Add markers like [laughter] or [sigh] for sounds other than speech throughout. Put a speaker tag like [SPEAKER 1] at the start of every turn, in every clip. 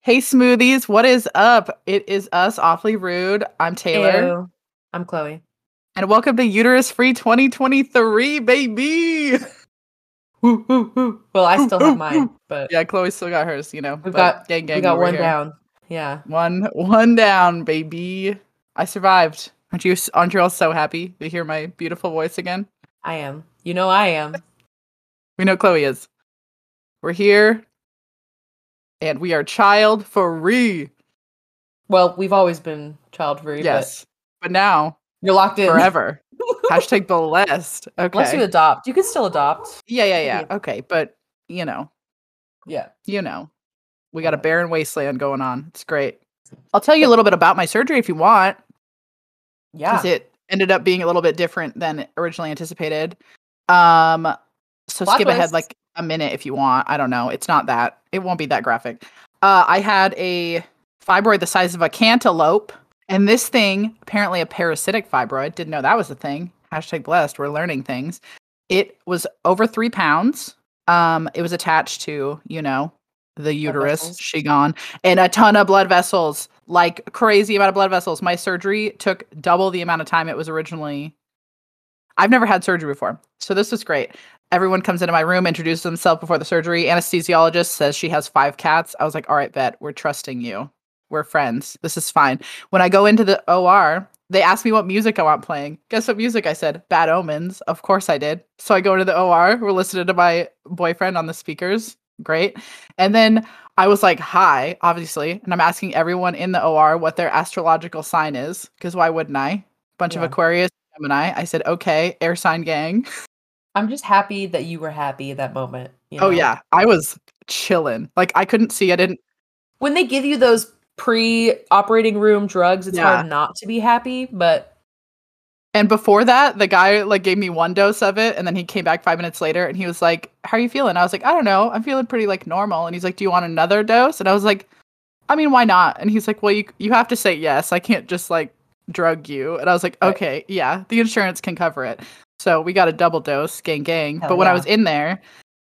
[SPEAKER 1] Hey, smoothies, what is up? It is us, Awfully Rude. I'm Taylor.
[SPEAKER 2] Ew. I'm Chloe.
[SPEAKER 1] And welcome to Uterus Free 2023,
[SPEAKER 2] [laughs]
[SPEAKER 1] baby.
[SPEAKER 2] Woo, woo, woo. Well, I still have mine,
[SPEAKER 1] [laughs]
[SPEAKER 2] but
[SPEAKER 1] Yeah, Chloe still got hers, you know. but
[SPEAKER 2] We've got-
[SPEAKER 1] gang, gang
[SPEAKER 2] we got
[SPEAKER 1] over
[SPEAKER 2] one
[SPEAKER 1] here.
[SPEAKER 2] down. Yeah.
[SPEAKER 1] One one down, baby. I survived. Aren't you aren't you all so happy to hear my beautiful voice again?
[SPEAKER 2] I am. You know I am.
[SPEAKER 1] We know Chloe is. We're here. And we are child free.
[SPEAKER 2] Well, we've always been child free,
[SPEAKER 1] Yes. But now,
[SPEAKER 2] but you're locked in
[SPEAKER 1] forever. Hashtag blessed. Okay.
[SPEAKER 2] [laughs] Unless you adopt. You can still adopt.
[SPEAKER 1] Yeah, yeah,
[SPEAKER 2] Yeah.
[SPEAKER 1] yeah. Okay, but you know,
[SPEAKER 2] Yeah.
[SPEAKER 1] you know, we got a
[SPEAKER 2] Yeah.
[SPEAKER 1] barren wasteland going on. It's great. I'll tell you a little bit about my surgery if you want,
[SPEAKER 2] Yeah.
[SPEAKER 1] because it ended up being a little bit different than originally anticipated. Um, so
[SPEAKER 2] Plot
[SPEAKER 1] skip ahead
[SPEAKER 2] twist.
[SPEAKER 1] like a minute if you want. I don't know. It's not that. It won't be that graphic. Uh, I had a fibroid the size of a cantaloupe, and this thing apparently a parasitic fibroid. Didn't know that was a thing. Hashtag blessed. We're learning things. It was over three pounds. Um, it was attached to you know the uterus.
[SPEAKER 2] vessels.
[SPEAKER 1] She gone and a ton of blood vessels, like crazy amount of blood vessels. My surgery took double the amount of time it was originally. I've never had surgery before, so this was great. Everyone comes into my room, introduces themselves before the surgery. Anesthesiologist says she has five cats. I was like, all right, vet, we're trusting you. We're friends. This is fine. When I go into the OR, they ask me what music I want playing. Guess what music I said? Bad Omens. Of course I did. So I go into the OR. We're listening to my boyfriend on the speakers. Great. And then I was like, hi, obviously. And I'm asking everyone in the OR what their astrological sign is, because why wouldn't I? Bunch
[SPEAKER 2] Yeah.
[SPEAKER 1] of Aquarius, Gemini. I said, okay, air sign gang.
[SPEAKER 2] I'm just happy that you were happy at that moment. you
[SPEAKER 1] Oh
[SPEAKER 2] know?
[SPEAKER 1] yeah, I was chilling. Like I couldn't see. I didn't.
[SPEAKER 2] When they give you those pre operating room drugs, it's
[SPEAKER 1] Yeah.
[SPEAKER 2] hard not to be happy, but
[SPEAKER 1] And before that, the guy like gave me one dose of it, and then he came back five minutes later, and he was like, "How are you feeling?" I was like, "I don't know. I'm feeling pretty like normal." And he's like, "Do you want another dose?" And I was like, "I mean, why not?" And he's like, "Well, you you have to say yes. I can't just like drug you." And I was like,
[SPEAKER 2] Right.
[SPEAKER 1] "Okay, yeah, the insurance can cover it." So we got a double dose, gang gang.
[SPEAKER 2] Hell
[SPEAKER 1] but when I
[SPEAKER 2] Oh, yeah.
[SPEAKER 1] was in there,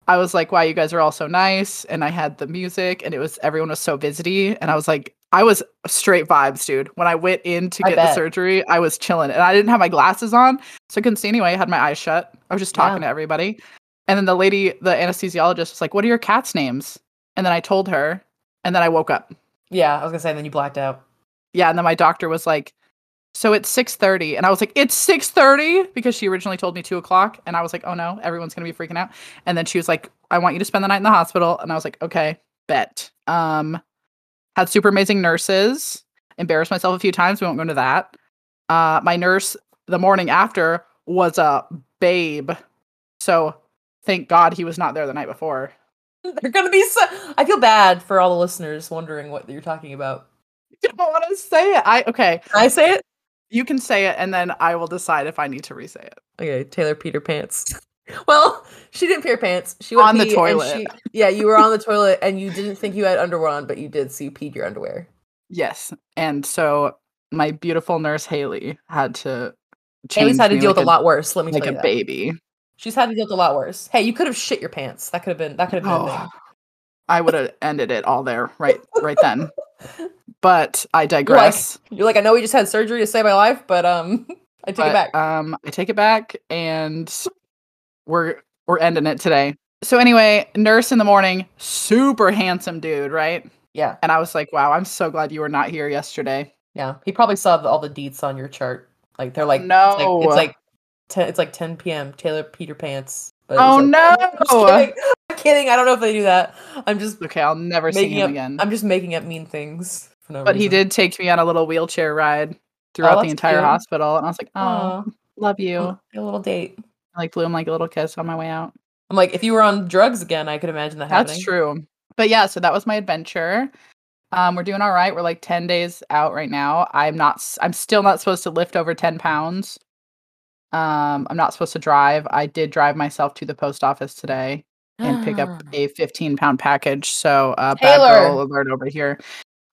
[SPEAKER 1] I was like, wow, you guys are all so nice. And I had the music and it was everyone was so busy. And I was like, I was straight vibes, dude. When I went in to
[SPEAKER 2] I
[SPEAKER 1] get the
[SPEAKER 2] bet.
[SPEAKER 1] surgery, I was chilling and I didn't have my glasses on. So I couldn't see anyway. I had my eyes shut. I was just talking to everybody. And then the lady, the anesthesiologist was like, What are your cat's names? And then I told her. And then I woke up.
[SPEAKER 2] yeah, I was gonna say and then you blacked out. [laughs]
[SPEAKER 1] Yeah. And then my doctor was like, So it's 6:30. And I was like, It's 6:30 because she originally told me two o'clock. And I was like, Oh no, everyone's gonna be freaking out. And then she was like, I want you to spend the night in the hospital. And I was like, Okay, bet. Um had super amazing nurses, embarrassed myself a few times. We won't go into that. Uh my nurse the morning after was a babe. So thank God he was not there the night before. [laughs]
[SPEAKER 2] They're gonna be so I feel bad for all the listeners wondering what you're talking about.
[SPEAKER 1] I don't want to say it. I okay.
[SPEAKER 2] Can I say it?
[SPEAKER 1] You can say it and then I will decide if I need to re say it.
[SPEAKER 2] Okay, Taylor Peter pants. [laughs] well, she didn't peer pants. She went
[SPEAKER 1] On the
[SPEAKER 2] pee and
[SPEAKER 1] toilet.
[SPEAKER 2] she- yeah, you were on the toilet and you didn't think you had underwear on, but you did, so you peed your underwear.
[SPEAKER 1] Yes. And so my beautiful nurse Haley had to
[SPEAKER 2] Haley's
[SPEAKER 1] change
[SPEAKER 2] had to
[SPEAKER 1] me
[SPEAKER 2] deal
[SPEAKER 1] like
[SPEAKER 2] with a lot worse. Let me
[SPEAKER 1] like
[SPEAKER 2] tell
[SPEAKER 1] a
[SPEAKER 2] you that.
[SPEAKER 1] baby.
[SPEAKER 2] She's had to deal with a lot worse. Hey, you could have shit your pants. That could have been. That could have been. a
[SPEAKER 1] [sighs] Oh, I would have ended it all there right right
[SPEAKER 2] [laughs]
[SPEAKER 1] then. But I digress.
[SPEAKER 2] thing. You're like, I know we just had surgery to save my life, but um, [laughs] I take
[SPEAKER 1] But,
[SPEAKER 2] it back.
[SPEAKER 1] Um I take it back and we're we're ending it today. So anyway, nurse in the morning, super handsome dude, right?
[SPEAKER 2] yeah,
[SPEAKER 1] And I was like, wow, I'm so glad you were not here yesterday.
[SPEAKER 2] yeah. He probably saw the, all the deets on your chart. Like they're like,
[SPEAKER 1] No.
[SPEAKER 2] it's like it's like, 10, it's like 10 p.m. Taylor Peter pants. But it
[SPEAKER 1] Oh
[SPEAKER 2] was like-
[SPEAKER 1] no.
[SPEAKER 2] [laughs] I'm just kidding. I'm kidding. I don't know if they do that. I'm just
[SPEAKER 1] Okay, I'll never see
[SPEAKER 2] making
[SPEAKER 1] him
[SPEAKER 2] up.
[SPEAKER 1] again.
[SPEAKER 2] I'm just making up mean things. For no
[SPEAKER 1] But he
[SPEAKER 2] reason.
[SPEAKER 1] did take me on a little wheelchair ride throughout the
[SPEAKER 2] Oh, that's
[SPEAKER 1] entire
[SPEAKER 2] cute.
[SPEAKER 1] hospital, and I was like, "Oh,
[SPEAKER 2] Aw,
[SPEAKER 1] love you!"
[SPEAKER 2] a little date.
[SPEAKER 1] I, like blew him like a little kiss on my way out.
[SPEAKER 2] I'm like, if you were on drugs again, I could imagine that
[SPEAKER 1] That's
[SPEAKER 2] happening.
[SPEAKER 1] true. But yeah, so that was my adventure. Um, we're doing all right. We're like ten days out right now. I'm not. s- I'm still not supposed to lift over ten pounds. Um, I'm not supposed to drive. I did drive myself to the post office today and pick up a 15 pound package. So uh, bad
[SPEAKER 2] Ah. Taylor.
[SPEAKER 1] girl alert over here.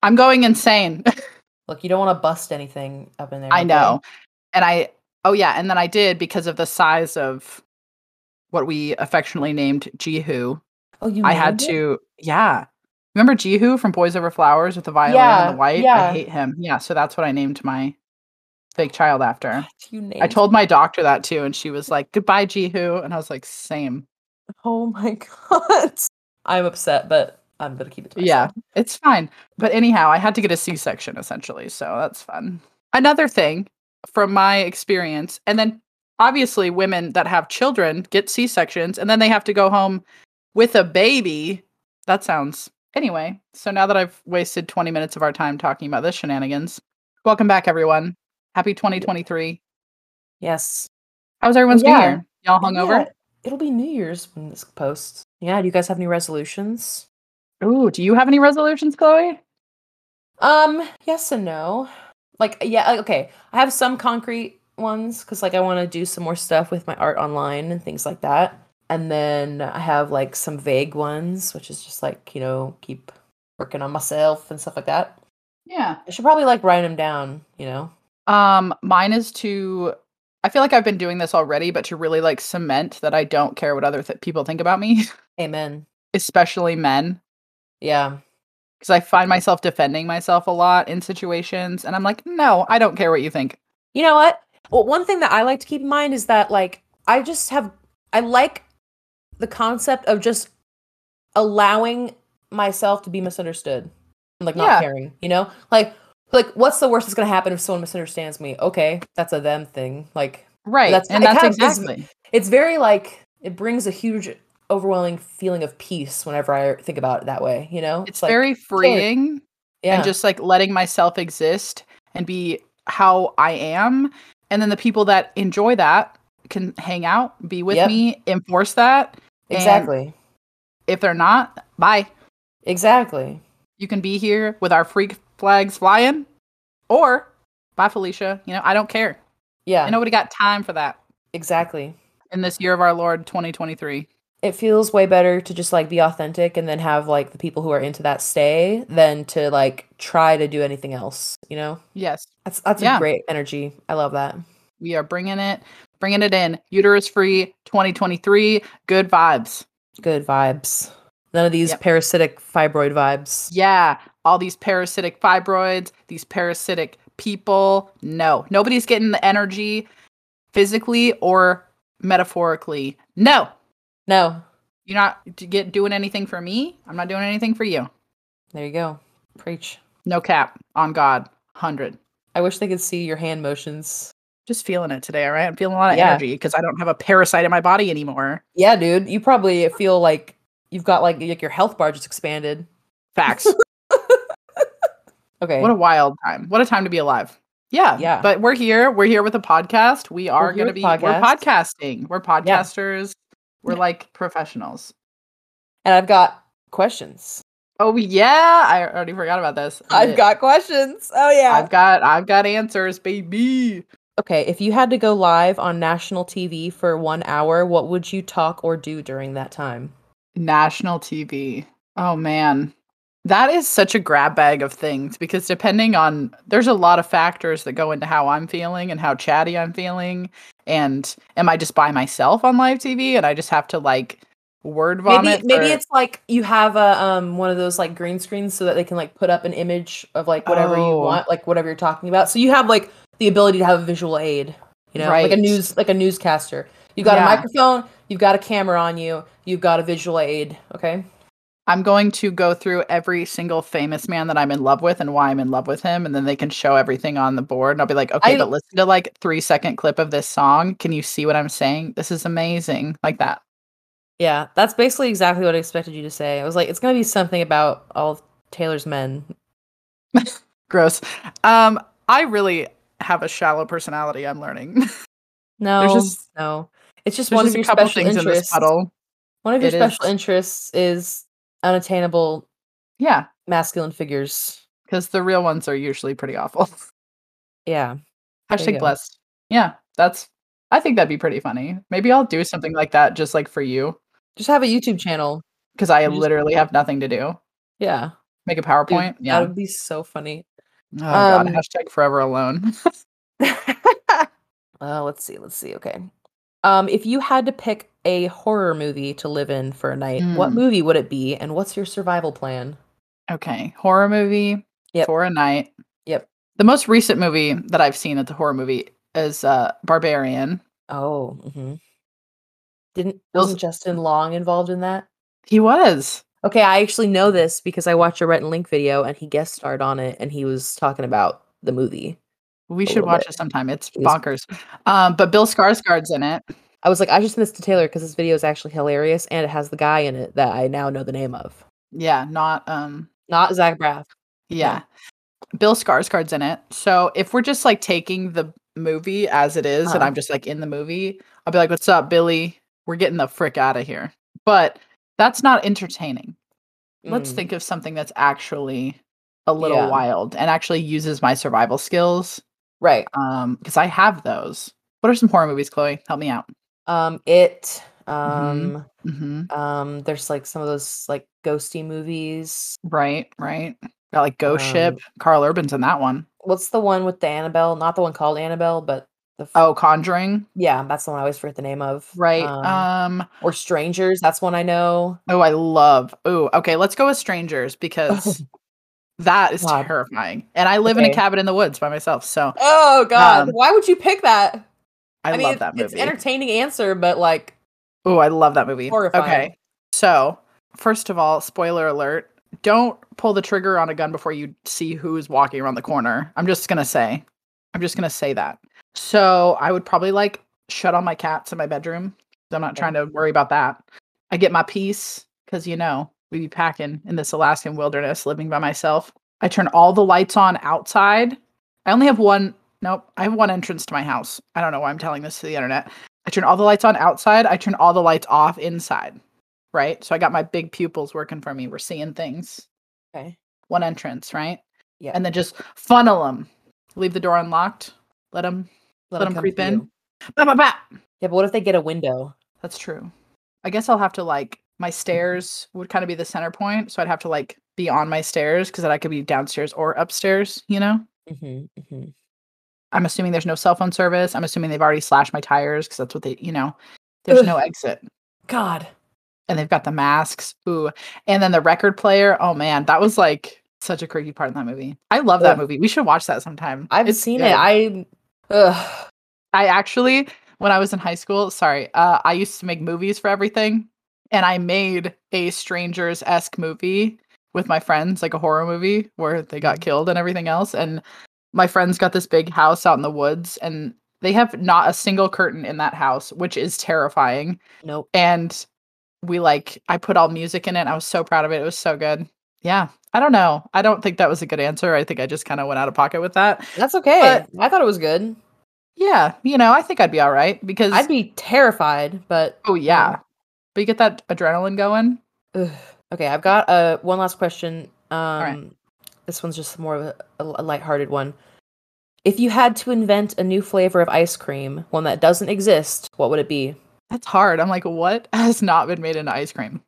[SPEAKER 1] I'm going insane.
[SPEAKER 2] [sighs]
[SPEAKER 1] [laughs]
[SPEAKER 2] Look, you don't want to bust anything up in there.
[SPEAKER 1] I
[SPEAKER 2] okay?
[SPEAKER 1] know. And I oh yeah, and then I did because of the size of what we affectionately named Jihu.
[SPEAKER 2] Oh, you.
[SPEAKER 1] I had
[SPEAKER 2] named it?
[SPEAKER 1] to yeah. Remember Jihu from Boys Over Flowers with the violin
[SPEAKER 2] Yeah,
[SPEAKER 1] and the white?
[SPEAKER 2] yeah.
[SPEAKER 1] I hate him. Yeah, so that's what I named my fake child after.
[SPEAKER 2] You
[SPEAKER 1] I
[SPEAKER 2] named-
[SPEAKER 1] told my doctor that too, and she was like, "Goodbye, Jihu," and I was like, "Same."
[SPEAKER 2] Oh my [laughs] god. I'm upset, but I'm gonna keep it. To
[SPEAKER 1] Yeah,
[SPEAKER 2] myself.
[SPEAKER 1] it's fine. But anyhow, I had to get a C-section essentially, so that's fun. Another thing from my experience, and then obviously women that have children get C-sections, and then they have to go home with a baby. That sounds anyway. So now that I've wasted 20 minutes of our time talking about this shenanigans, welcome back everyone. Happy 2023.
[SPEAKER 2] Yes.
[SPEAKER 1] How was everyone's
[SPEAKER 2] Yeah.
[SPEAKER 1] new year? Y'all
[SPEAKER 2] And
[SPEAKER 1] hungover?
[SPEAKER 2] yeah, it'll be New Year's when this posts. Yeah. Do you guys have any resolutions?
[SPEAKER 1] Ooh, do you have any resolutions, Chloe?
[SPEAKER 2] Um. Yes and no. Like yeah. like, Okay. I have some concrete ones because like I want to do some more stuff with my art online and things like that. And then I have like some vague ones, which is just like you know keep working on myself and stuff like that.
[SPEAKER 1] Yeah.
[SPEAKER 2] I should probably like write them down. You know.
[SPEAKER 1] Um, mine is to. I feel like I've been doing this already, but to really like cement that I don't care what other th- people think about me, [laughs]
[SPEAKER 2] Amen.
[SPEAKER 1] especially men,
[SPEAKER 2] Yeah.
[SPEAKER 1] because I find myself defending myself a lot in situations, and I'm like, no, I don't care what you think.
[SPEAKER 2] You know what? Well, one thing that I like to keep in mind is that like I just have I like the concept of just allowing myself to be misunderstood. and, Like not
[SPEAKER 1] Yeah.
[SPEAKER 2] caring, you know? Like like what's the worst that's going to happen if someone misunderstands me? Okay, that's a them thing. Like
[SPEAKER 1] Right,
[SPEAKER 2] That's-
[SPEAKER 1] and
[SPEAKER 2] it
[SPEAKER 1] that's
[SPEAKER 2] kind of gives me-
[SPEAKER 1] exactly.
[SPEAKER 2] it's very like it brings a huge overwhelming feeling of peace whenever I think about it that way, you know?
[SPEAKER 1] It's
[SPEAKER 2] like,
[SPEAKER 1] very freeing,
[SPEAKER 2] yeah.
[SPEAKER 1] and just like letting myself exist and be how I am, and then the people that enjoy that can hang out, be with
[SPEAKER 2] Yep.
[SPEAKER 1] me, enforce that. and-
[SPEAKER 2] exactly.
[SPEAKER 1] If they're not, bye.
[SPEAKER 2] Exactly.
[SPEAKER 1] you can be here with our freak flags flying or bye felicia you know i don't care
[SPEAKER 2] Yeah.
[SPEAKER 1] i nobody got time for that
[SPEAKER 2] exactly.
[SPEAKER 1] in this year of our lord 2023
[SPEAKER 2] it feels way better to just like be authentic and then have like the people who are into that stay than to like try to do anything else you know
[SPEAKER 1] yes
[SPEAKER 2] that's that's
[SPEAKER 1] Yeah.
[SPEAKER 2] a great energy i love that
[SPEAKER 1] we are bringing it bringing it in uterus free 2023 good vibes
[SPEAKER 2] good vibes none of these
[SPEAKER 1] Yep.
[SPEAKER 2] parasitic fibroid vibes
[SPEAKER 1] yeah all these parasitic fibroids these parasitic people no nobody's getting the energy physically or metaphorically no
[SPEAKER 2] no
[SPEAKER 1] you're not d- get doing anything for me i'm not doing anything for you
[SPEAKER 2] there you go preach
[SPEAKER 1] No cap on God, 100.
[SPEAKER 2] i wish they could see your hand motions
[SPEAKER 1] Just feeling it today, all right? I'm feeling a lot of
[SPEAKER 2] Yeah.
[SPEAKER 1] energy because I don't have a parasite in my body anymore.
[SPEAKER 2] yeah dude you probably feel like you've got like, like your health bar just expanded
[SPEAKER 1] Facts.
[SPEAKER 2] [laughs] okay
[SPEAKER 1] what a wild time. What a time to be alive. Yeah.
[SPEAKER 2] Yeah.
[SPEAKER 1] But we're here. We're here with a podcast. We are
[SPEAKER 2] here
[SPEAKER 1] going to
[SPEAKER 2] with
[SPEAKER 1] be, we're
[SPEAKER 2] podcast.
[SPEAKER 1] podcasting. We're podcasters. We're like professionals.
[SPEAKER 2] and i've got questions
[SPEAKER 1] Oh, yeah. I already forgot about this.
[SPEAKER 2] i've
[SPEAKER 1] Lit.
[SPEAKER 2] got questions oh yeah
[SPEAKER 1] I've got, I've got answers, baby.
[SPEAKER 2] Okay, if you had to go live on national TV for one hour, what would you talk or do during that time?
[SPEAKER 1] National TV. Oh man. That is such a grab bag of things because depending on there's a lot of factors that go into how I'm feeling and how chatty I'm feeling and am I just by myself on live TV and I just have to like word
[SPEAKER 2] Maybe
[SPEAKER 1] vomit
[SPEAKER 2] maybe
[SPEAKER 1] for-
[SPEAKER 2] it's like you have a um one of those like green screens so that they can like put up an image of like whatever you
[SPEAKER 1] Oh.
[SPEAKER 2] want, like whatever you're talking about. So you have like the ability to have a visual aid, you know, like a
[SPEAKER 1] Right.
[SPEAKER 2] news like a newscaster. You've got
[SPEAKER 1] Yeah.
[SPEAKER 2] a microphone, you've got a camera on you, you've got a visual aid, okay?
[SPEAKER 1] I'm going to go through every single famous man that I'm in love with and why I'm in love with him and then they can show everything on the board and I'll be like, "Okay,
[SPEAKER 2] I-
[SPEAKER 1] but listen to like 3 second clip of this song. Can you see what I'm saying? This is amazing." Like that.
[SPEAKER 2] Yeah, that's basically exactly what I expected you to say. I was like it's going to be something about all of Taylor's men.
[SPEAKER 1] gross um i really have a shallow personality i'm learning [laughs] there's
[SPEAKER 2] No.
[SPEAKER 1] just-
[SPEAKER 2] no. It's just one
[SPEAKER 1] just
[SPEAKER 2] of your
[SPEAKER 1] a couple
[SPEAKER 2] special
[SPEAKER 1] things in this
[SPEAKER 2] interests.
[SPEAKER 1] puddle
[SPEAKER 2] One of your
[SPEAKER 1] It
[SPEAKER 2] special
[SPEAKER 1] is.
[SPEAKER 2] interests is unattainable
[SPEAKER 1] yeah
[SPEAKER 2] masculine figures.
[SPEAKER 1] because the real ones are usually pretty awful [laughs]
[SPEAKER 2] Yeah. you
[SPEAKER 1] hashtag
[SPEAKER 2] go.
[SPEAKER 1] blessed yeah that's i think that'd be pretty funny maybe i'll do something like that just like for you
[SPEAKER 2] Just have a YouTube channel.
[SPEAKER 1] because i
[SPEAKER 2] You just-
[SPEAKER 1] literally have nothing to do
[SPEAKER 2] Yeah.
[SPEAKER 1] make a
[SPEAKER 2] dude,
[SPEAKER 1] powerpoint yeah
[SPEAKER 2] That would be so funny. [laughs]
[SPEAKER 1] oh god
[SPEAKER 2] um,
[SPEAKER 1] hashtag forever alone [laughs]
[SPEAKER 2] Uh, let's see. Let's see. Okay. Um, if you had to pick a horror movie to live in for a night, what
[SPEAKER 1] Mm.
[SPEAKER 2] movie would it be? And what's your survival plan?
[SPEAKER 1] Okay. Horror movie
[SPEAKER 2] Yep.
[SPEAKER 1] for a night.
[SPEAKER 2] Yep.
[SPEAKER 1] The most recent movie that I've seen at the horror movie is uh Barbarian.
[SPEAKER 2] Oh, mhm. didn't
[SPEAKER 1] Those-
[SPEAKER 2] wasn't Justin Long involved in that?
[SPEAKER 1] He was.
[SPEAKER 2] Okay, I actually know this because I watched a Rhett and Link video and he guest starred on it and he was talking about the movie.
[SPEAKER 1] We
[SPEAKER 2] A
[SPEAKER 1] should
[SPEAKER 2] little
[SPEAKER 1] watch
[SPEAKER 2] bit.
[SPEAKER 1] it sometime. It's
[SPEAKER 2] He was-
[SPEAKER 1] bonkers. Um, but Bill Skarsgård's in it.
[SPEAKER 2] I was like, I just missed to Taylor because this video is actually hilarious and it has the guy in it that I now know the name of.
[SPEAKER 1] Yeah, not um
[SPEAKER 2] Not Zach Braff.
[SPEAKER 1] yeah. Bill Skarsgård's in it. So if we're just like taking the movie as it is, and
[SPEAKER 2] Uh-huh.
[SPEAKER 1] I'm just like in the movie, I'll be like, "What's up, Billy? We're getting the frick out of here." But that's not entertaining. let's
[SPEAKER 2] Mm.
[SPEAKER 1] think of something that's actually a little
[SPEAKER 2] Yeah.
[SPEAKER 1] wild and actually uses my survival skills
[SPEAKER 2] Right.
[SPEAKER 1] um because i have those what are some horror movies chloe help me out
[SPEAKER 2] Um it
[SPEAKER 1] Mhm.
[SPEAKER 2] um
[SPEAKER 1] hmm
[SPEAKER 2] um there's like some of those like ghosty movies.
[SPEAKER 1] right right got like ghost ship
[SPEAKER 2] Um,
[SPEAKER 1] carl urban's in that one.
[SPEAKER 2] What's the one with the Annabelle? Not the one called Annabelle, but the f-
[SPEAKER 1] Oh, conjuring
[SPEAKER 2] yeah, that's the one I always forget the name of.
[SPEAKER 1] right
[SPEAKER 2] Um,
[SPEAKER 1] um
[SPEAKER 2] or Strangers, that's one I know.
[SPEAKER 1] oh i love oh okay let's go with strangers
[SPEAKER 2] [laughs]
[SPEAKER 1] because that is
[SPEAKER 2] God.
[SPEAKER 1] terrifying and i live in a
[SPEAKER 2] Okay.
[SPEAKER 1] cabin in the woods by myself so
[SPEAKER 2] Oh
[SPEAKER 1] Um,
[SPEAKER 2] god, why would you pick that?
[SPEAKER 1] i,
[SPEAKER 2] mean,
[SPEAKER 1] love
[SPEAKER 2] it's-
[SPEAKER 1] that movie
[SPEAKER 2] It's entertaining answer, but like
[SPEAKER 1] Oh, I love that movie.
[SPEAKER 2] Horrifying.
[SPEAKER 1] Okay. So, first of all, spoiler alert, don't pull the trigger on a gun before you see who's walking around the corner. I'm just going to say. I'm just going to say that. So, I would probably like shut all my cats in my bedroom. 'cause I'm not
[SPEAKER 2] Okay.
[SPEAKER 1] trying to worry about that. I get my peace cuz you know, we be packing in this Alaskan wilderness living by myself. I turn all the lights on outside. I only have one Nope, I have one entrance to my house. I don't know why I'm telling this to the internet. I turn all the lights on outside. I turn all the lights off inside. Right. So I got my big pupils working for me. We're seeing things.
[SPEAKER 2] okay.
[SPEAKER 1] One entrance, right?
[SPEAKER 2] Yeah.
[SPEAKER 1] And then just funnel them. Leave the door unlocked. Let them. let 'em
[SPEAKER 2] come
[SPEAKER 1] creep
[SPEAKER 2] to
[SPEAKER 1] in.
[SPEAKER 2] you.
[SPEAKER 1] Bah, bah, bah.
[SPEAKER 2] Yeah, but what if they get a window?
[SPEAKER 1] That's true. I guess I'll have to like my stairs would kind of be the center point. So I'd have to like be on my stairs because then I could be downstairs or upstairs. You know.
[SPEAKER 2] Mm-hmm, mm-hmm.
[SPEAKER 1] I'm assuming there's no cell phone service. I'm assuming they've already slashed my tires because that's what they. You know. There's no exit.
[SPEAKER 2] God.
[SPEAKER 1] and they've got the masks. Ooh, and then the record player. Oh man, that was like such a creepy part in that movie. I love that
[SPEAKER 2] Ugh.
[SPEAKER 1] movie. We should watch that sometime.
[SPEAKER 2] I've
[SPEAKER 1] It's
[SPEAKER 2] seen
[SPEAKER 1] good.
[SPEAKER 2] it. I ugh.
[SPEAKER 1] I actually, when I was in high school, sorry, uh, I used to make movies for everything, and I made a strangers esque movie with my friends, like a horror movie where they got
[SPEAKER 2] Mm-hmm.
[SPEAKER 1] killed and everything else. And my friends got this big house out in the woods, and they have not a single curtain in that house, which is terrifying.
[SPEAKER 2] Nope.
[SPEAKER 1] and we like I put all music in it. I was so proud of it. It was so good. Yeah. I don't know. I don't think that was a good answer. I think I just kind of went out of pocket with that.
[SPEAKER 2] That's okay. I thought it was good.
[SPEAKER 1] Yeah, you know, I think I'd be all right because
[SPEAKER 2] I'd be terrified, but
[SPEAKER 1] oh yeah. But you get that adrenaline going.
[SPEAKER 2] ugh. okay. I've got uh, one last question. Um,
[SPEAKER 1] right.
[SPEAKER 2] This one's just more of a, a lighthearted one. If you had to invent a new flavor of ice cream, one that doesn't exist, what would it be?
[SPEAKER 1] That's hard. I'm like, what [laughs] has not been made into ice cream?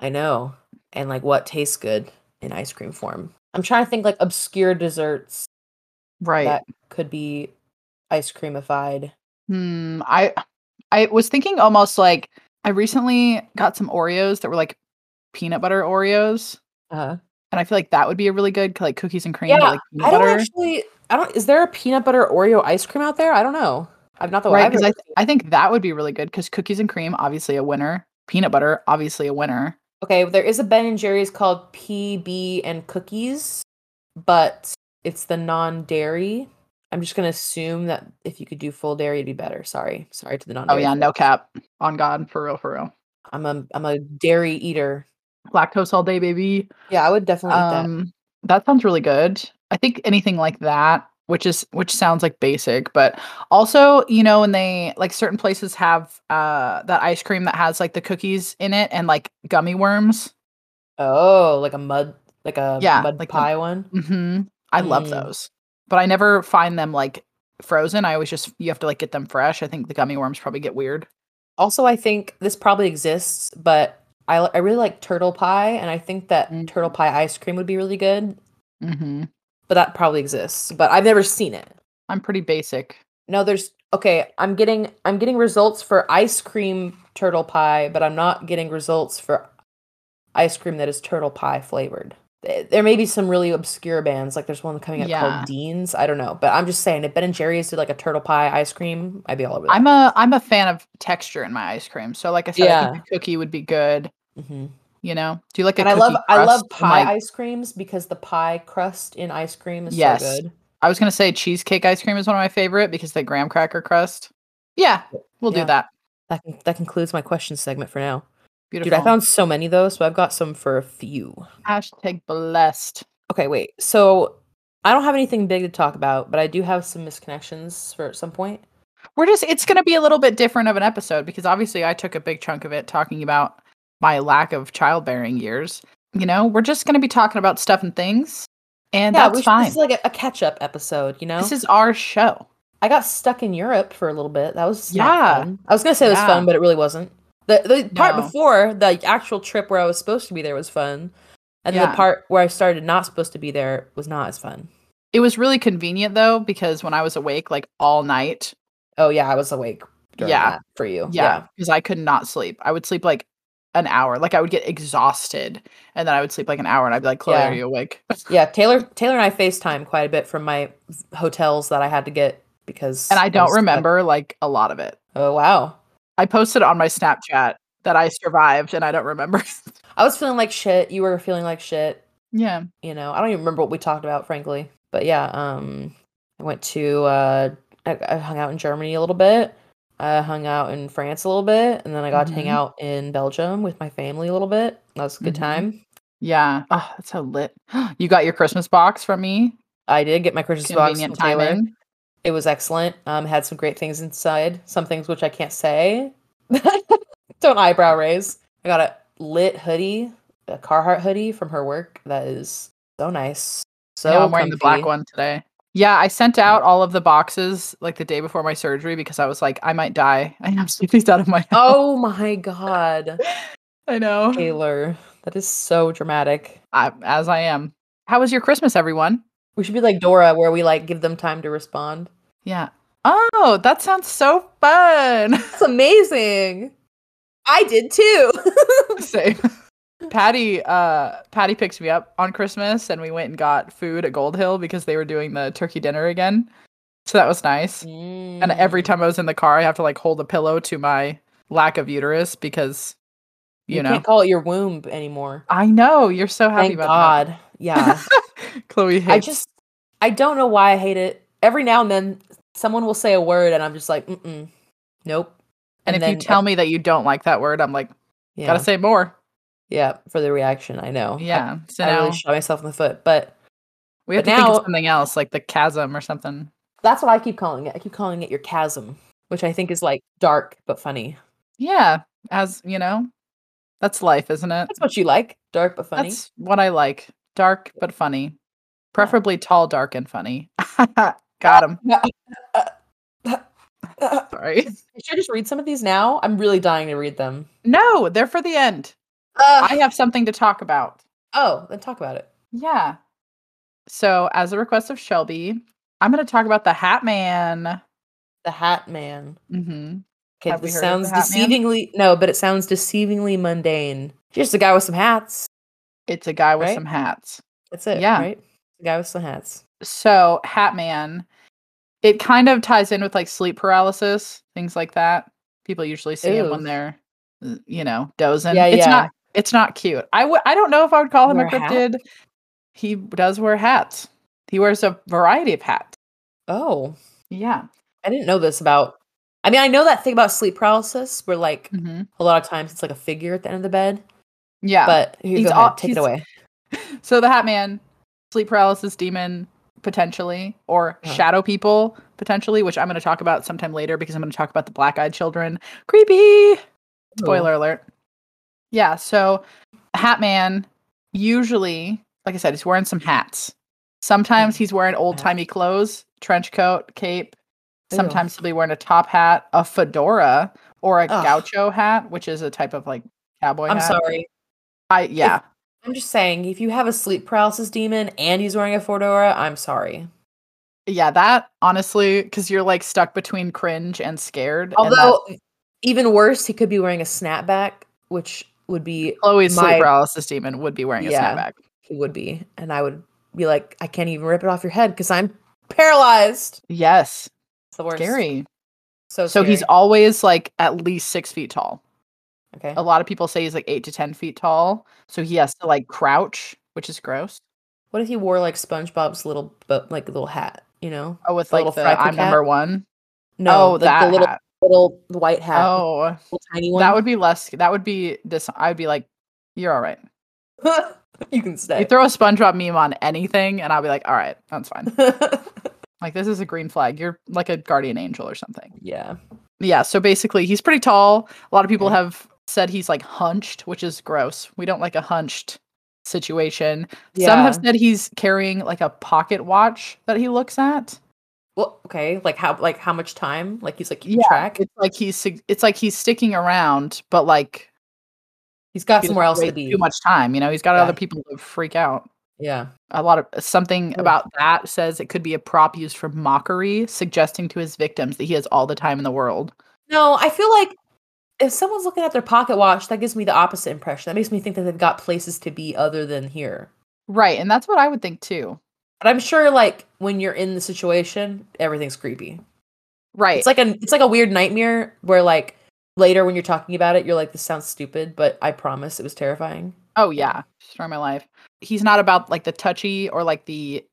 [SPEAKER 2] I know. And like what tastes good in ice cream form. I'm trying to think like obscure desserts
[SPEAKER 1] Right.
[SPEAKER 2] that could be ice creamified.
[SPEAKER 1] Hmm. I I was thinking almost like I recently got some Oreos that were like peanut butter Oreos.
[SPEAKER 2] Uh,
[SPEAKER 1] And I feel like that would be a really good like cookies and cream. but,
[SPEAKER 2] Yeah,
[SPEAKER 1] like, peanut
[SPEAKER 2] I don't
[SPEAKER 1] butter.
[SPEAKER 2] actually. I don't. Is there a peanut butter Oreo ice cream out there? I don't know. I'm not the
[SPEAKER 1] right
[SPEAKER 2] Oh, I've
[SPEAKER 1] because I,
[SPEAKER 2] never
[SPEAKER 1] th-
[SPEAKER 2] seen
[SPEAKER 1] I think that would be really good because cookies and cream obviously a winner peanut butter obviously a winner
[SPEAKER 2] it. Okay, there is a Ben and Jerry's called PB and Cookies, but it's the non-dairy. I'm just gonna assume that if you could do full dairy, it'd be better. Sorry, sorry to the
[SPEAKER 1] oh
[SPEAKER 2] non-dairy.
[SPEAKER 1] yeah
[SPEAKER 2] folks.
[SPEAKER 1] no cap on god for real for real
[SPEAKER 2] I'm a I'm a dairy eater.
[SPEAKER 1] lactose all day baby
[SPEAKER 2] Yeah, I would definitely eat
[SPEAKER 1] um that sounds really good i think anything like that which is which sounds like basic but also you know when they like certain places have uh that ice cream that has like the cookies in it and like gummy worms
[SPEAKER 2] that. Oh, like a mud, like a
[SPEAKER 1] Yeah,
[SPEAKER 2] mud
[SPEAKER 1] like the-
[SPEAKER 2] pie one.
[SPEAKER 1] hmm i love
[SPEAKER 2] Mm.
[SPEAKER 1] those but i never find them like frozen i always just you have to like get them fresh i think the gummy worms probably get weird
[SPEAKER 2] Also, I think this probably exists, but I, I really like turtle pie, and I think that
[SPEAKER 1] Mm.
[SPEAKER 2] turtle pie ice cream would be really good, Mm-hmm.
[SPEAKER 1] hmm
[SPEAKER 2] but that probably exists. But I've never seen it.
[SPEAKER 1] I'm pretty basic.
[SPEAKER 2] No, there's okay. I'm getting I'm getting results for ice cream turtle pie, but I'm not getting results for ice cream that is turtle pie flavored. th- there may be some really obscure bands like there's one coming up
[SPEAKER 1] Yeah.
[SPEAKER 2] called dean's i don't know but i'm just saying if ben and jerry's did like a turtle pie ice cream i'd be all over that
[SPEAKER 1] I'm a I'm a fan of texture in my ice cream. So like I said, I think a cookie would be good.
[SPEAKER 2] Mhm.
[SPEAKER 1] You know, do you like a
[SPEAKER 2] and i love
[SPEAKER 1] cookie
[SPEAKER 2] i love
[SPEAKER 1] crust Oh and,
[SPEAKER 2] pie
[SPEAKER 1] like-
[SPEAKER 2] ice creams because the pie crust in ice cream is
[SPEAKER 1] Yes.
[SPEAKER 2] so good
[SPEAKER 1] I was gonna say cheesecake ice cream is one of my favorite because the graham cracker crust. Yeah, we'll
[SPEAKER 2] Yeah.
[SPEAKER 1] do that.
[SPEAKER 2] that, con- that concludes my question segment for now
[SPEAKER 1] Beautiful.
[SPEAKER 2] dude i found so many though so i've got some for a few
[SPEAKER 1] hashtag blessed.
[SPEAKER 2] Okay, wait. So I don't have anything big to talk about, but I do have some misconnections for at some point.
[SPEAKER 1] We're just it's gonna be a little bit different of an episode because obviously I took a big chunk of it talking about my lack of childbearing years. You know, we're just gonna be talking about stuff and things, and
[SPEAKER 2] yeah, we
[SPEAKER 1] that's
[SPEAKER 2] should-
[SPEAKER 1] fine.
[SPEAKER 2] This is like a, a catch-up episode, you know.
[SPEAKER 1] this is our show.
[SPEAKER 2] I got stuck in Europe for a little bit. That was not
[SPEAKER 1] Yeah.
[SPEAKER 2] fun. I was gonna say it was
[SPEAKER 1] Yeah.
[SPEAKER 2] fun, but it really wasn't. The the part
[SPEAKER 1] No.
[SPEAKER 2] before the actual trip where I was supposed to be there was fun, and then
[SPEAKER 1] Yeah.
[SPEAKER 2] the part where I started not supposed to be there was not as fun.
[SPEAKER 1] It was really convenient though because when I was awake like all night,
[SPEAKER 2] Oh yeah, I was awake. During
[SPEAKER 1] Yeah.
[SPEAKER 2] that for you.
[SPEAKER 1] yeah, because I could not sleep. I would sleep like an hour, like I would get exhausted, and then I would sleep like an hour, and I'd be like, "Chloe,
[SPEAKER 2] Yeah.
[SPEAKER 1] are you awake?"
[SPEAKER 2] yeah. Taylor Taylor and I FaceTime quite a bit from my hotels that I had to get because
[SPEAKER 1] And I don't
[SPEAKER 2] was-
[SPEAKER 1] remember like a lot of it.
[SPEAKER 2] Oh wow.
[SPEAKER 1] I posted on my Snapchat that I survived, and I don't remember. [laughs]
[SPEAKER 2] I was feeling like shit. You were feeling like shit.
[SPEAKER 1] yeah,
[SPEAKER 2] You know, I don't even remember what we talked about, frankly. But yeah, um, I went to uh, I, I hung out in Germany a little bit. I hung out in France a little bit, and then I got to hang
[SPEAKER 1] Mhm.
[SPEAKER 2] out in Belgium with my family a little bit. That was a good
[SPEAKER 1] Mhm.
[SPEAKER 2] time.
[SPEAKER 1] yeah. Oh, that's so lit. [gasps] You got your Christmas box from me.
[SPEAKER 2] I did get my Christmas box from
[SPEAKER 1] Convenient
[SPEAKER 2] Taylor.
[SPEAKER 1] timing.
[SPEAKER 2] It was excellent. Um, had some great things inside. Some things which I can't say. [laughs] don't eyebrow raise. I got a lit hoodie, a Carhartt hoodie from her work. That is so nice. So
[SPEAKER 1] Yeah, I'm wearing the black
[SPEAKER 2] comfy.
[SPEAKER 1] one today. Yeah, I sent
[SPEAKER 2] Mm-hmm.
[SPEAKER 1] out all of the boxes like the day before my surgery because I was like, I might die. [laughs] I absolutely these out of my. [laughs]
[SPEAKER 2] Oh my god,
[SPEAKER 1] I know.
[SPEAKER 2] Taylor, that is so dramatic.
[SPEAKER 1] I, as I am. How was your Christmas, everyone?
[SPEAKER 2] We should be like Dora, where we like give them time to respond.
[SPEAKER 1] Yeah. Oh, that sounds so fun. [laughs]
[SPEAKER 2] That's amazing. I did too. [laughs]
[SPEAKER 1] Same. Patty, uh, Patty picked me up on Christmas, and we went and got food at Gold Hill because they were doing the turkey dinner again. So that was nice. And
[SPEAKER 2] Mm.
[SPEAKER 1] every time I was in the car, I have to like hold a pillow to my lack of uterus because, you, know,
[SPEAKER 2] can't call it your womb anymore.
[SPEAKER 1] I know you're so happy
[SPEAKER 2] Thank
[SPEAKER 1] about
[SPEAKER 2] God.
[SPEAKER 1] [laughs]
[SPEAKER 2] Yeah.
[SPEAKER 1] that. Chloe hates.
[SPEAKER 2] I just I don't know why I hate it. Every now and then someone will say a word and I'm just like, mm nope.
[SPEAKER 1] and, if you tell me that you don't like that word, I'm like,
[SPEAKER 2] yeah,
[SPEAKER 1] gotta say more.
[SPEAKER 2] yeah, for the reaction, I know. I-
[SPEAKER 1] Yeah. So
[SPEAKER 2] I,
[SPEAKER 1] now
[SPEAKER 2] really shot myself in the foot, but
[SPEAKER 1] we have
[SPEAKER 2] but
[SPEAKER 1] to think
[SPEAKER 2] now-
[SPEAKER 1] of something else, like the chasm or something.
[SPEAKER 2] that's what I keep calling it. I keep calling it your chasm, which I think is like dark but funny.
[SPEAKER 1] Yeah. As you know, that's life, isn't it?
[SPEAKER 2] That's what you like, dark but funny.
[SPEAKER 1] That's what I like. Dark but funny. Preferably tall, dark, and funny. [laughs] Got
[SPEAKER 2] [laughs]
[SPEAKER 1] him.
[SPEAKER 2] I
[SPEAKER 1] Sorry.
[SPEAKER 2] should I just read some of these now. I'm really dying to read them.
[SPEAKER 1] No, they're for the end. I
[SPEAKER 2] Uh,
[SPEAKER 1] have something to talk about.
[SPEAKER 2] oh, then talk about it.
[SPEAKER 1] Yeah. So, as a request of Shelby, I'm going to talk about the Hat Man.
[SPEAKER 2] The Hat Man.
[SPEAKER 1] hmm
[SPEAKER 2] Mm-hmm. Okay,
[SPEAKER 1] Have we
[SPEAKER 2] this
[SPEAKER 1] heard of
[SPEAKER 2] sounds
[SPEAKER 1] the Hat Man?
[SPEAKER 2] deceivingly no, but it sounds deceivingly mundane. Just a guy with some hats.
[SPEAKER 1] It's a guy with
[SPEAKER 2] Right?
[SPEAKER 1] some hats.
[SPEAKER 2] That's it.
[SPEAKER 1] Yeah.
[SPEAKER 2] Right? The guy with some hats.
[SPEAKER 1] So, Hat Man, it kind of ties in with like sleep paralysis, things like that. People usually see him when
[SPEAKER 2] Ew.
[SPEAKER 1] they're, uh, you know, dozing.
[SPEAKER 2] Yeah,
[SPEAKER 1] it's
[SPEAKER 2] yeah.
[SPEAKER 1] not it's not cute. I w- I don't know if I would call him
[SPEAKER 2] Wear
[SPEAKER 1] a
[SPEAKER 2] a hat?
[SPEAKER 1] cryptid. He does wear hats. He wears a variety of hats.
[SPEAKER 2] Oh.
[SPEAKER 1] Yeah.
[SPEAKER 2] I didn't know this about I mean, I know that thing about sleep paralysis where like
[SPEAKER 1] hmm
[SPEAKER 2] a lot of times it's like a figure at the end of the bed.
[SPEAKER 1] Yeah.
[SPEAKER 2] But here,
[SPEAKER 1] He's
[SPEAKER 2] go
[SPEAKER 1] all-
[SPEAKER 2] ahead, take
[SPEAKER 1] he's-
[SPEAKER 2] it away.
[SPEAKER 1] So the Hat Man, sleep paralysis demon potentially, or
[SPEAKER 2] Yeah.
[SPEAKER 1] shadow people potentially, which I'm going to talk about sometime later because I'm going to talk about the black eyed children.
[SPEAKER 2] Oh.
[SPEAKER 1] Creepy. Spoiler alert. Yeah. So Hat Man usually, like I said, he's wearing some hats. Sometimes he's wearing old timey clothes, trench coat, cape.
[SPEAKER 2] Ew.
[SPEAKER 1] Sometimes he'll be wearing a top hat, a fedora, or a
[SPEAKER 2] Ugh.
[SPEAKER 1] gaucho hat, which is a type of like cowboy
[SPEAKER 2] I'm
[SPEAKER 1] hat.
[SPEAKER 2] sorry.
[SPEAKER 1] I yeah.
[SPEAKER 2] I'm just saying, if you have a sleep paralysis demon and he's wearing a fedora, I'm sorry.
[SPEAKER 1] Yeah, that honestly, because you're like stuck between cringe and scared. and that-
[SPEAKER 2] Although, even worse, he could be wearing a snapback, which would be
[SPEAKER 1] Chloe's
[SPEAKER 2] my-
[SPEAKER 1] sleep paralysis demon would be wearing a
[SPEAKER 2] Yeah.
[SPEAKER 1] snapback.
[SPEAKER 2] it would be. And I would be like, I can't even rip it off your head because I'm paralyzed.
[SPEAKER 1] Yes.
[SPEAKER 2] It's the worst.
[SPEAKER 1] Scary.
[SPEAKER 2] So,
[SPEAKER 1] So he's
[SPEAKER 2] scary.
[SPEAKER 1] always like at least six feet tall.
[SPEAKER 2] okay.
[SPEAKER 1] A lot of people say he's like eight to 10 feet tall. So he has to like crouch, which is gross.
[SPEAKER 2] What if he wore like SpongeBob's little bo- like little hat? You know?
[SPEAKER 1] Oh, with
[SPEAKER 2] The
[SPEAKER 1] like
[SPEAKER 2] little
[SPEAKER 1] the
[SPEAKER 2] fry cook
[SPEAKER 1] I'm
[SPEAKER 2] hat?
[SPEAKER 1] number one.
[SPEAKER 2] No,
[SPEAKER 1] oh,
[SPEAKER 2] like
[SPEAKER 1] that
[SPEAKER 2] the little
[SPEAKER 1] hat.
[SPEAKER 2] little white hat, oh,
[SPEAKER 1] Oh,
[SPEAKER 2] little tiny one.
[SPEAKER 1] that would be less. That would be this. I'd be like, you're all right.
[SPEAKER 2] [laughs] you can stay.
[SPEAKER 1] You throw a SpongeBob meme on anything, and I'll be like, all right, that's fine.
[SPEAKER 2] [laughs]
[SPEAKER 1] like this is a green flag. You're like a guardian angel or something.
[SPEAKER 2] yeah.
[SPEAKER 1] Yeah. So basically, he's pretty tall. A lot of people
[SPEAKER 2] Okay.
[SPEAKER 1] have said he's like hunched, which is gross. We don't like a hunched situation.
[SPEAKER 2] Yeah.
[SPEAKER 1] Some have said he's carrying like a pocket watch that he looks at.
[SPEAKER 2] well, okay, like how like how much time? Like he's like keeping
[SPEAKER 1] Yeah,
[SPEAKER 2] track.
[SPEAKER 1] It's like he's sig- it's like he's sticking around, but like
[SPEAKER 2] He's got
[SPEAKER 1] he
[SPEAKER 2] somewhere
[SPEAKER 1] doesn't
[SPEAKER 2] else to
[SPEAKER 1] waste
[SPEAKER 2] be.
[SPEAKER 1] Too much time, you know. He's got
[SPEAKER 2] Yeah.
[SPEAKER 1] other people to freak out.
[SPEAKER 2] Yeah.
[SPEAKER 1] A lot of something
[SPEAKER 2] Ugh.
[SPEAKER 1] about that says it could be a prop used for mockery, suggesting to his victims that he has all the time in the world.
[SPEAKER 2] No, I feel like if someone's looking at their pocket watch, that gives me the opposite impression. That makes me think that they've got places to be other than here.
[SPEAKER 1] Right, and that's what I would think too.
[SPEAKER 2] But I'm sure like when you're in the situation, everything's creepy.
[SPEAKER 1] Right,
[SPEAKER 2] It's like a it's like a weird nightmare where like later when you're talking about it, you're like, this sounds stupid, but I promise it was terrifying.
[SPEAKER 1] Oh yeah, destroy my life. He's not about like the touchy or like the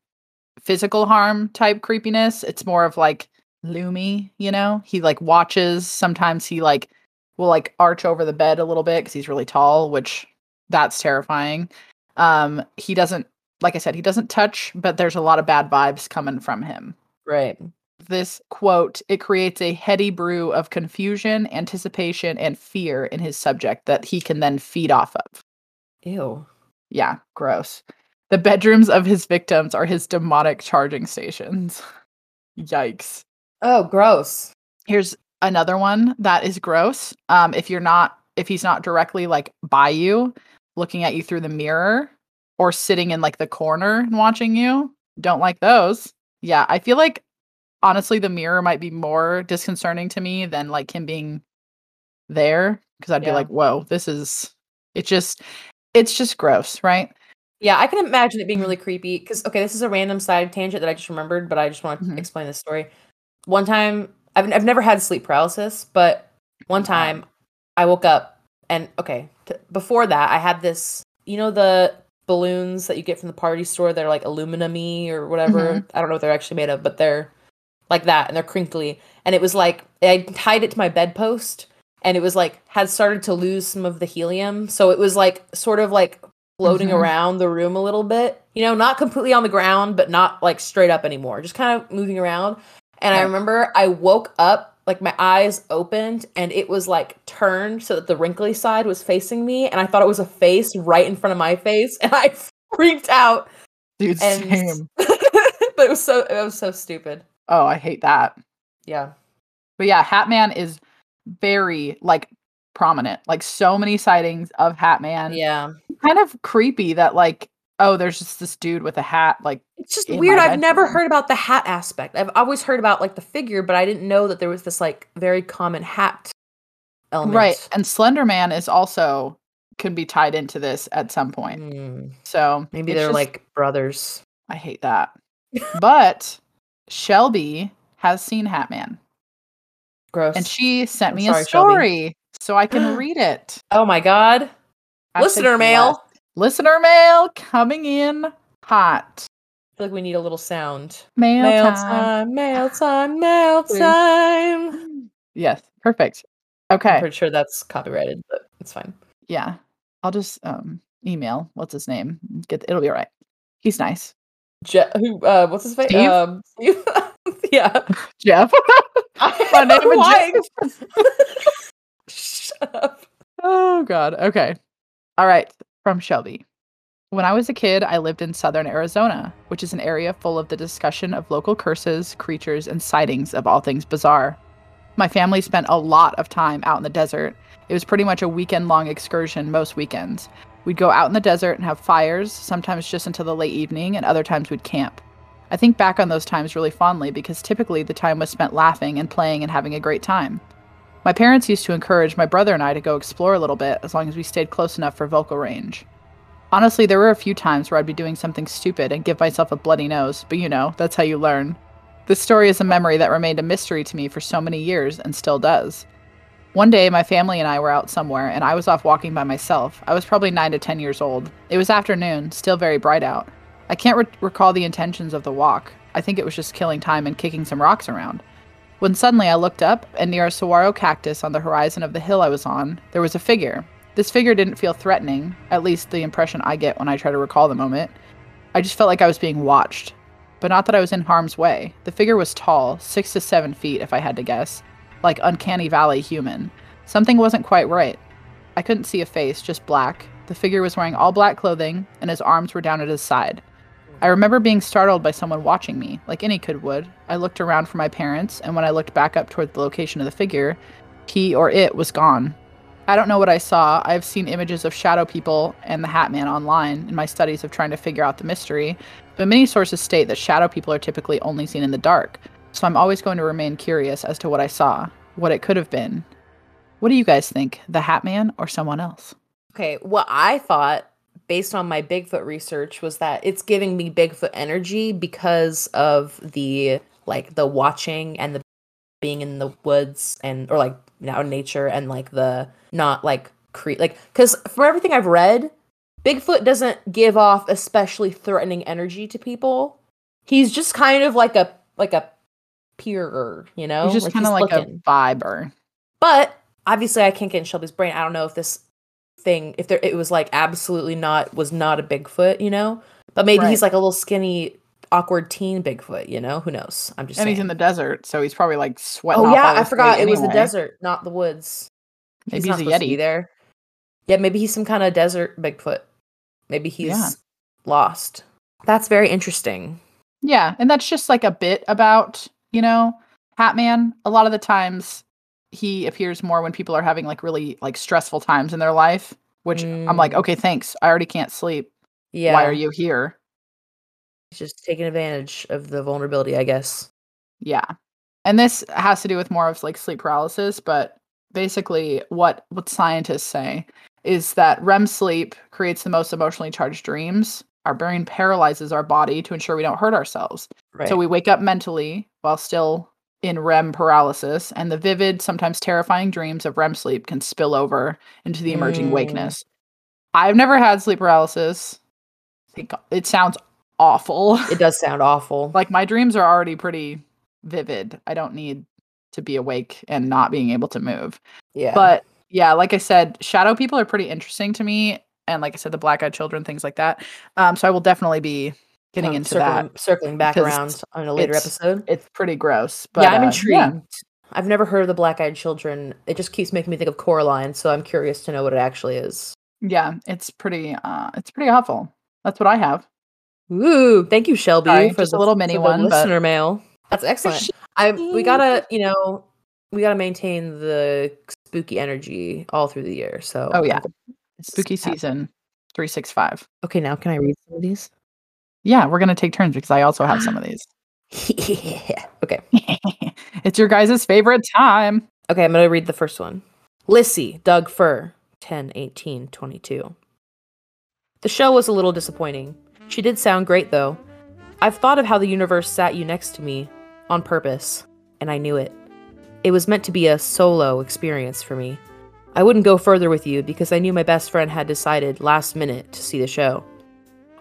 [SPEAKER 1] physical harm type creepiness. It's more of like loomy, you know. He like watches. Sometimes he like will like arch over the bed a little bit because he's really tall, which that's terrifying. Um, he doesn't like I said, he doesn't touch, but there's a lot of bad vibes coming from him.
[SPEAKER 2] Right.
[SPEAKER 1] This quote, it creates a heady brew of confusion, anticipation, and fear in his subject that he can then feed off of.
[SPEAKER 2] Ew.
[SPEAKER 1] Yeah, gross. The bedrooms of his victims are his demonic charging stations. Yikes.
[SPEAKER 2] Oh, gross.
[SPEAKER 1] Here's another one that is gross. Um, if you're not, if he's not directly like by you, looking at you through the mirror or sitting in like the corner and watching you, don't like those. Yeah, I feel like honestly, the mirror might be more disconcerting to me than like him being there because I'd
[SPEAKER 2] Yeah.
[SPEAKER 1] be like, whoa, this is, it just, it's just gross, right?
[SPEAKER 2] Yeah, I can imagine it being really creepy. Because okay, this is a random side tangent that I just remembered, but I just want to
[SPEAKER 1] Mhm.
[SPEAKER 2] explain this story. One time, I've I've never had sleep paralysis, but one
[SPEAKER 1] Wow.
[SPEAKER 2] time I woke up and okay, t- before that I had this, you know, the balloons that you get from the party store. They're like aluminum-y or whatever. I don't know what they're actually made of, but they're like that and they're crinkly. And it was like I tied it to my bedpost, and it was like had started to lose some of the helium, so it was like sort of like floating
[SPEAKER 1] Mhm.
[SPEAKER 2] around the room a little bit. You know, not completely on the ground, but not like straight up anymore. Just kind of moving around. And I
[SPEAKER 1] Right.
[SPEAKER 2] remember I woke up, like my eyes opened, and it was like turned so that the wrinkly side was facing me, and I thought it was a face right in front of my face, [laughs] and I freaked out. [laughs]
[SPEAKER 1] Dude,
[SPEAKER 2] And
[SPEAKER 1] same.
[SPEAKER 2] but it was so it was so stupid.
[SPEAKER 1] Oh, I hate that.
[SPEAKER 2] Yeah.
[SPEAKER 1] But yeah, Hat Man is very like prominent. Like so many sightings of Hat Man.
[SPEAKER 2] Yeah.
[SPEAKER 1] Kind of creepy that like, oh, there's just this dude with a hat. Like,
[SPEAKER 2] It's just
[SPEAKER 1] In my
[SPEAKER 2] weird. I've never
[SPEAKER 1] bedroom.
[SPEAKER 2] heard about the hat aspect. I've always heard about like the figure, but I didn't know that there was this like very common hat element.
[SPEAKER 1] right. And Slender Man is also can be tied into this at some point.
[SPEAKER 2] Mm.
[SPEAKER 1] So
[SPEAKER 2] Maybe
[SPEAKER 1] it's
[SPEAKER 2] they're
[SPEAKER 1] just-
[SPEAKER 2] like brothers.
[SPEAKER 1] I hate
[SPEAKER 2] [laughs]
[SPEAKER 1] that. but Shelby has seen Hat Man
[SPEAKER 2] Gross.
[SPEAKER 1] and she sent
[SPEAKER 2] I'm
[SPEAKER 1] me a
[SPEAKER 2] sorry, Shelby.
[SPEAKER 1] story so I can
[SPEAKER 2] [gasps]
[SPEAKER 1] read it.
[SPEAKER 2] oh my god.
[SPEAKER 1] I said
[SPEAKER 2] Listener mail.
[SPEAKER 1] yes. Listener mail coming in hot.
[SPEAKER 2] I feel like we need a little sound.
[SPEAKER 1] Mail, time. [sighs]
[SPEAKER 2] mail time, mail
[SPEAKER 1] Please.
[SPEAKER 2] time.
[SPEAKER 1] Yes, perfect.
[SPEAKER 2] I'm
[SPEAKER 1] Okay,
[SPEAKER 2] pretty sure that's copyrighted, but it's fine.
[SPEAKER 1] yeah. I'll just um email. What's his name? Get it'll be all right. He's nice.
[SPEAKER 2] Je- who? Uh, what's his face?
[SPEAKER 1] Steve?
[SPEAKER 2] Um, [laughs] Steve? yeah.
[SPEAKER 1] Jeff. [laughs] My
[SPEAKER 2] [laughs]
[SPEAKER 1] name [laughs] is
[SPEAKER 2] Why?
[SPEAKER 1] Jeff.
[SPEAKER 2] Shut up.
[SPEAKER 1] Oh god. Okay. All right, from Shelby. When I was a kid, I lived in southern Arizona, which is an area full of the discussion of local curses, creatures, and sightings of all things bizarre. My family spent a lot of time out in the desert. It was pretty much a weekend long excursion most weekends. We'd go out in the desert and have fires, sometimes just until the late evening, and other times we'd camp. I think back on those times really fondly because typically the time was spent laughing and playing and having a great time. My parents used to encourage my brother and I to go explore a little bit as long as we stayed close enough for vocal range. Honestly, there were a few times where I'd be doing something stupid and give myself a bloody nose, but you know, that's how you learn. This story is a memory that remained a mystery to me for so many years and still does. One day, my family and I were out somewhere, and I was off walking by myself. I was probably 9 to 10 years old. It was afternoon, still very bright out. I can't re- recall the intentions of the walk. I think it was just killing time and kicking some rocks around. When suddenly I looked up, and near a saguaro cactus on the horizon of the hill I was on, there was a figure. This figure didn't feel threatening, at least the impression I get when I try to recall the moment. I just felt like I was being watched, but not that I was in harm's way. The figure was tall, six to seven feet, if I had to guess, like Uncanny Valley human. Something wasn't quite right. I couldn't see a face, just black. The figure was wearing all black clothing, and his arms were down at his side. I remember being startled by someone watching me, like any kid would. I looked around for my parents, and when I looked back up toward the location of the figure, he or it was gone. I don't know what I saw. I've seen images of shadow people and the Hat Man online in my studies of trying to figure out the mystery, but many sources state that shadow people are typically only seen in the dark. So I'm always going to remain curious as to what I saw, what it could have been. What do you guys think? The Hat Man or someone else?
[SPEAKER 2] Okay, what I thought based on my Bigfoot research was that it's giving me Bigfoot energy because of the like the watching and the being in the woods and or like now nature and like the not like cre like cuz from everything I've read Bigfoot doesn't give off especially threatening energy to people. He's just kind of like a like a peer, you know?
[SPEAKER 1] He's just kind of Oh, like
[SPEAKER 2] looking.
[SPEAKER 1] a viber.
[SPEAKER 2] But obviously, I can't get in Shelby's brain. I don't know if this thing, if there, it was like absolutely not, was not a Bigfoot, you know. But maybe
[SPEAKER 1] Right.
[SPEAKER 2] he's like a little skinny, awkward teen Bigfoot, you know. Who knows? I'm just
[SPEAKER 1] And he's
[SPEAKER 2] saying.
[SPEAKER 1] in the desert, so he's probably like sweating.
[SPEAKER 2] oh
[SPEAKER 1] off all
[SPEAKER 2] yeah, I
[SPEAKER 1] his
[SPEAKER 2] forgot.
[SPEAKER 1] weight
[SPEAKER 2] It was the
[SPEAKER 1] anyway.
[SPEAKER 2] desert, not the woods.
[SPEAKER 1] Maybe
[SPEAKER 2] not
[SPEAKER 1] he's, a
[SPEAKER 2] supposed to be
[SPEAKER 1] yeti.
[SPEAKER 2] there. Yeah, maybe he's some kind of desert Bigfoot. Maybe he's
[SPEAKER 1] Yeah.
[SPEAKER 2] lost. That's very interesting.
[SPEAKER 1] Yeah, and that's just like a bit about, you know, Hat Man. A lot of the times he appears more when people are having like really like stressful times in their life, which I'm like,
[SPEAKER 2] Mm.
[SPEAKER 1] okay, thanks. I already can't sleep.
[SPEAKER 2] Yeah,
[SPEAKER 1] Why are you here?
[SPEAKER 2] he's just taking advantage of the vulnerability, I guess.
[SPEAKER 1] Yeah. And this has to do with more of like sleep paralysis, but basically what what scientists say is that REM sleep creates the most emotionally charged dreams. Our brain paralyzes our body to ensure we don't hurt ourselves.
[SPEAKER 2] Right.
[SPEAKER 1] So we wake up mentally while still in REM paralysis, and the vivid, sometimes terrifying dreams of REM sleep can spill over into the emerging
[SPEAKER 2] Mm.
[SPEAKER 1] wakeness. I've never had sleep paralysis. I think It sounds awful. [laughs]
[SPEAKER 2] it does sound awful.
[SPEAKER 1] like my dreams are already pretty vivid. I don't need to be awake and not being able to move.
[SPEAKER 2] yeah.
[SPEAKER 1] But yeah, like I said, shadow people are pretty interesting to me. And like I said, the black eyed children, things like that. Um, so I will definitely be getting
[SPEAKER 2] um,
[SPEAKER 1] into that.
[SPEAKER 2] circling, circling back
[SPEAKER 1] because
[SPEAKER 2] around on a later
[SPEAKER 1] it's-
[SPEAKER 2] episode.
[SPEAKER 1] It's pretty gross. But
[SPEAKER 2] yeah, I'm
[SPEAKER 1] uh,
[SPEAKER 2] intrigued. I've never heard of the Black Eyed Children. It just keeps making me think of Coraline, so I'm curious to know what it actually is.
[SPEAKER 1] Yeah, it's pretty. Uh, it's pretty awful. That's what I have.
[SPEAKER 2] Ooh, thank you, Shelby,
[SPEAKER 1] Sorry,
[SPEAKER 2] for
[SPEAKER 1] just a
[SPEAKER 2] the-
[SPEAKER 1] little mini
[SPEAKER 2] for the
[SPEAKER 1] one, but-
[SPEAKER 2] listener mail.
[SPEAKER 1] [laughs]
[SPEAKER 2] That's excellent. I we gotta, you know, we gotta maintain the spooky energy all through the year. So
[SPEAKER 1] Oh, yeah.
[SPEAKER 2] I'm- uh,
[SPEAKER 1] Spooky season, three six five.
[SPEAKER 2] Okay, now can I read some of these? [laughs]
[SPEAKER 1] Yeah, we're gonna take turns because I also have some of these. [laughs]
[SPEAKER 2] yeah. Okay.
[SPEAKER 1] it's your guys' favorite time.
[SPEAKER 2] Okay, I'm going to read the first one. Lissy, Doug Fur, 10 18 22. The show was a little disappointing. She did sound great, though. I've thought of how the universe sat you next to me on purpose, and I knew it. It was meant to be a solo experience for me. I wouldn't go further with you because I knew my best friend had decided last minute to see the show.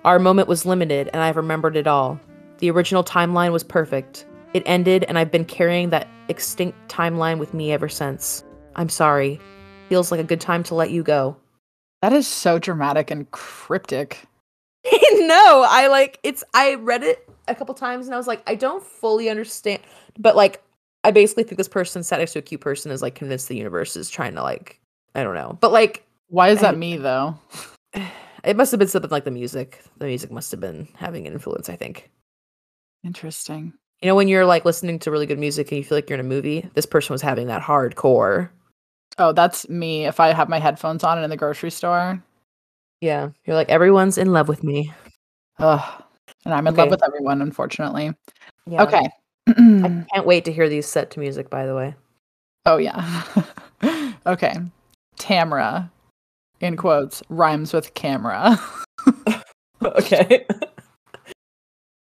[SPEAKER 2] Our moment was limited, and I've remembered it all. The original timeline was perfect. It ended, and I've been carrying that extinct timeline with me ever since. I'm sorry. Feels like a good time to let you go. [laughs]
[SPEAKER 1] That is so dramatic and cryptic.
[SPEAKER 2] no, I like it's. I read it a couple times, and I was like, I don't fully understand, but like, I basically think this person sat next to a cute person is like convinced the universe is trying to like, I don't know, but like,
[SPEAKER 1] Why is
[SPEAKER 2] I-
[SPEAKER 1] that me though?
[SPEAKER 2] it must have been something like the music. The music must have been having an influence. I think.
[SPEAKER 1] Interesting.
[SPEAKER 2] You know, when you're like listening to really good music and you feel like you're in a movie, this person was having that hardcore.
[SPEAKER 1] Oh, that's me. If I have my headphones on and in the grocery store,
[SPEAKER 2] Yeah. You're like, everyone's in love with me.
[SPEAKER 1] ugh, and I'm in
[SPEAKER 2] Okay.
[SPEAKER 1] love with everyone. Unfortunately.
[SPEAKER 2] Yeah.
[SPEAKER 1] Okay.
[SPEAKER 2] I
[SPEAKER 1] Mm.
[SPEAKER 2] can't wait to hear these set to music, by
[SPEAKER 1] [laughs]
[SPEAKER 2] the way.
[SPEAKER 1] [clears throat] Oh yeah. [laughs] okay. Tamra in quotes rhymes with camera. [laughs]
[SPEAKER 2] okay.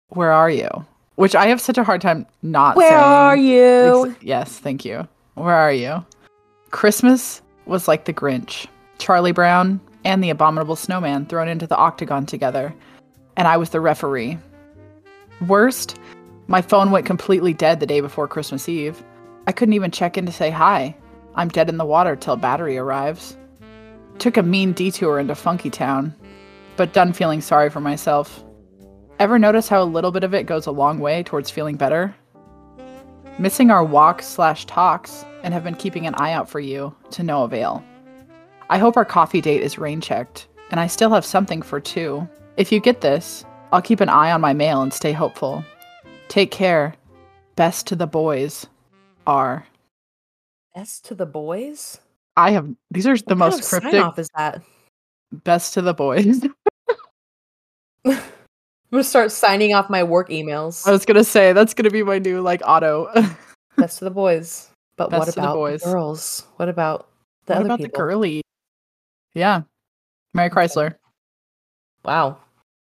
[SPEAKER 1] Where are you? Which I have such a hard time not
[SPEAKER 2] Where
[SPEAKER 1] saying.
[SPEAKER 2] are you?
[SPEAKER 1] Ex- yes, thank you. Where are you? Christmas was like the Grinch, Charlie Brown, and the abominable snowman thrown into the octagon together, and I was the referee. Worst, my phone went completely dead the day before Christmas Eve. I couldn't even check in to say hi. I'm dead in the water till battery arrives. Took a mean detour into Funky Town, but done feeling sorry for myself. Ever notice how a little bit of it goes a long way towards feeling better? missing our walk slash talks and have been keeping an eye out for you to no avail i hope our coffee date is rain checked and i still have something for two if you get this i'll keep an eye on my mail and stay hopeful take care best to the boys r
[SPEAKER 2] S to the boys?
[SPEAKER 1] i have these are the
[SPEAKER 2] What kind
[SPEAKER 1] most
[SPEAKER 2] of
[SPEAKER 1] cryptic
[SPEAKER 2] sign off is that?
[SPEAKER 1] best to the boys [laughs]
[SPEAKER 2] I'm gonna start signing off my work emails.
[SPEAKER 1] i was gonna say that's gonna be my new like auto [laughs]
[SPEAKER 2] [laughs] Best to the boys. But what
[SPEAKER 1] Best Oh. to the
[SPEAKER 2] about the
[SPEAKER 1] boys.
[SPEAKER 2] girls? What about the
[SPEAKER 1] what
[SPEAKER 2] other
[SPEAKER 1] about the
[SPEAKER 2] people?
[SPEAKER 1] girly yeah mary chrysler
[SPEAKER 2] Wow,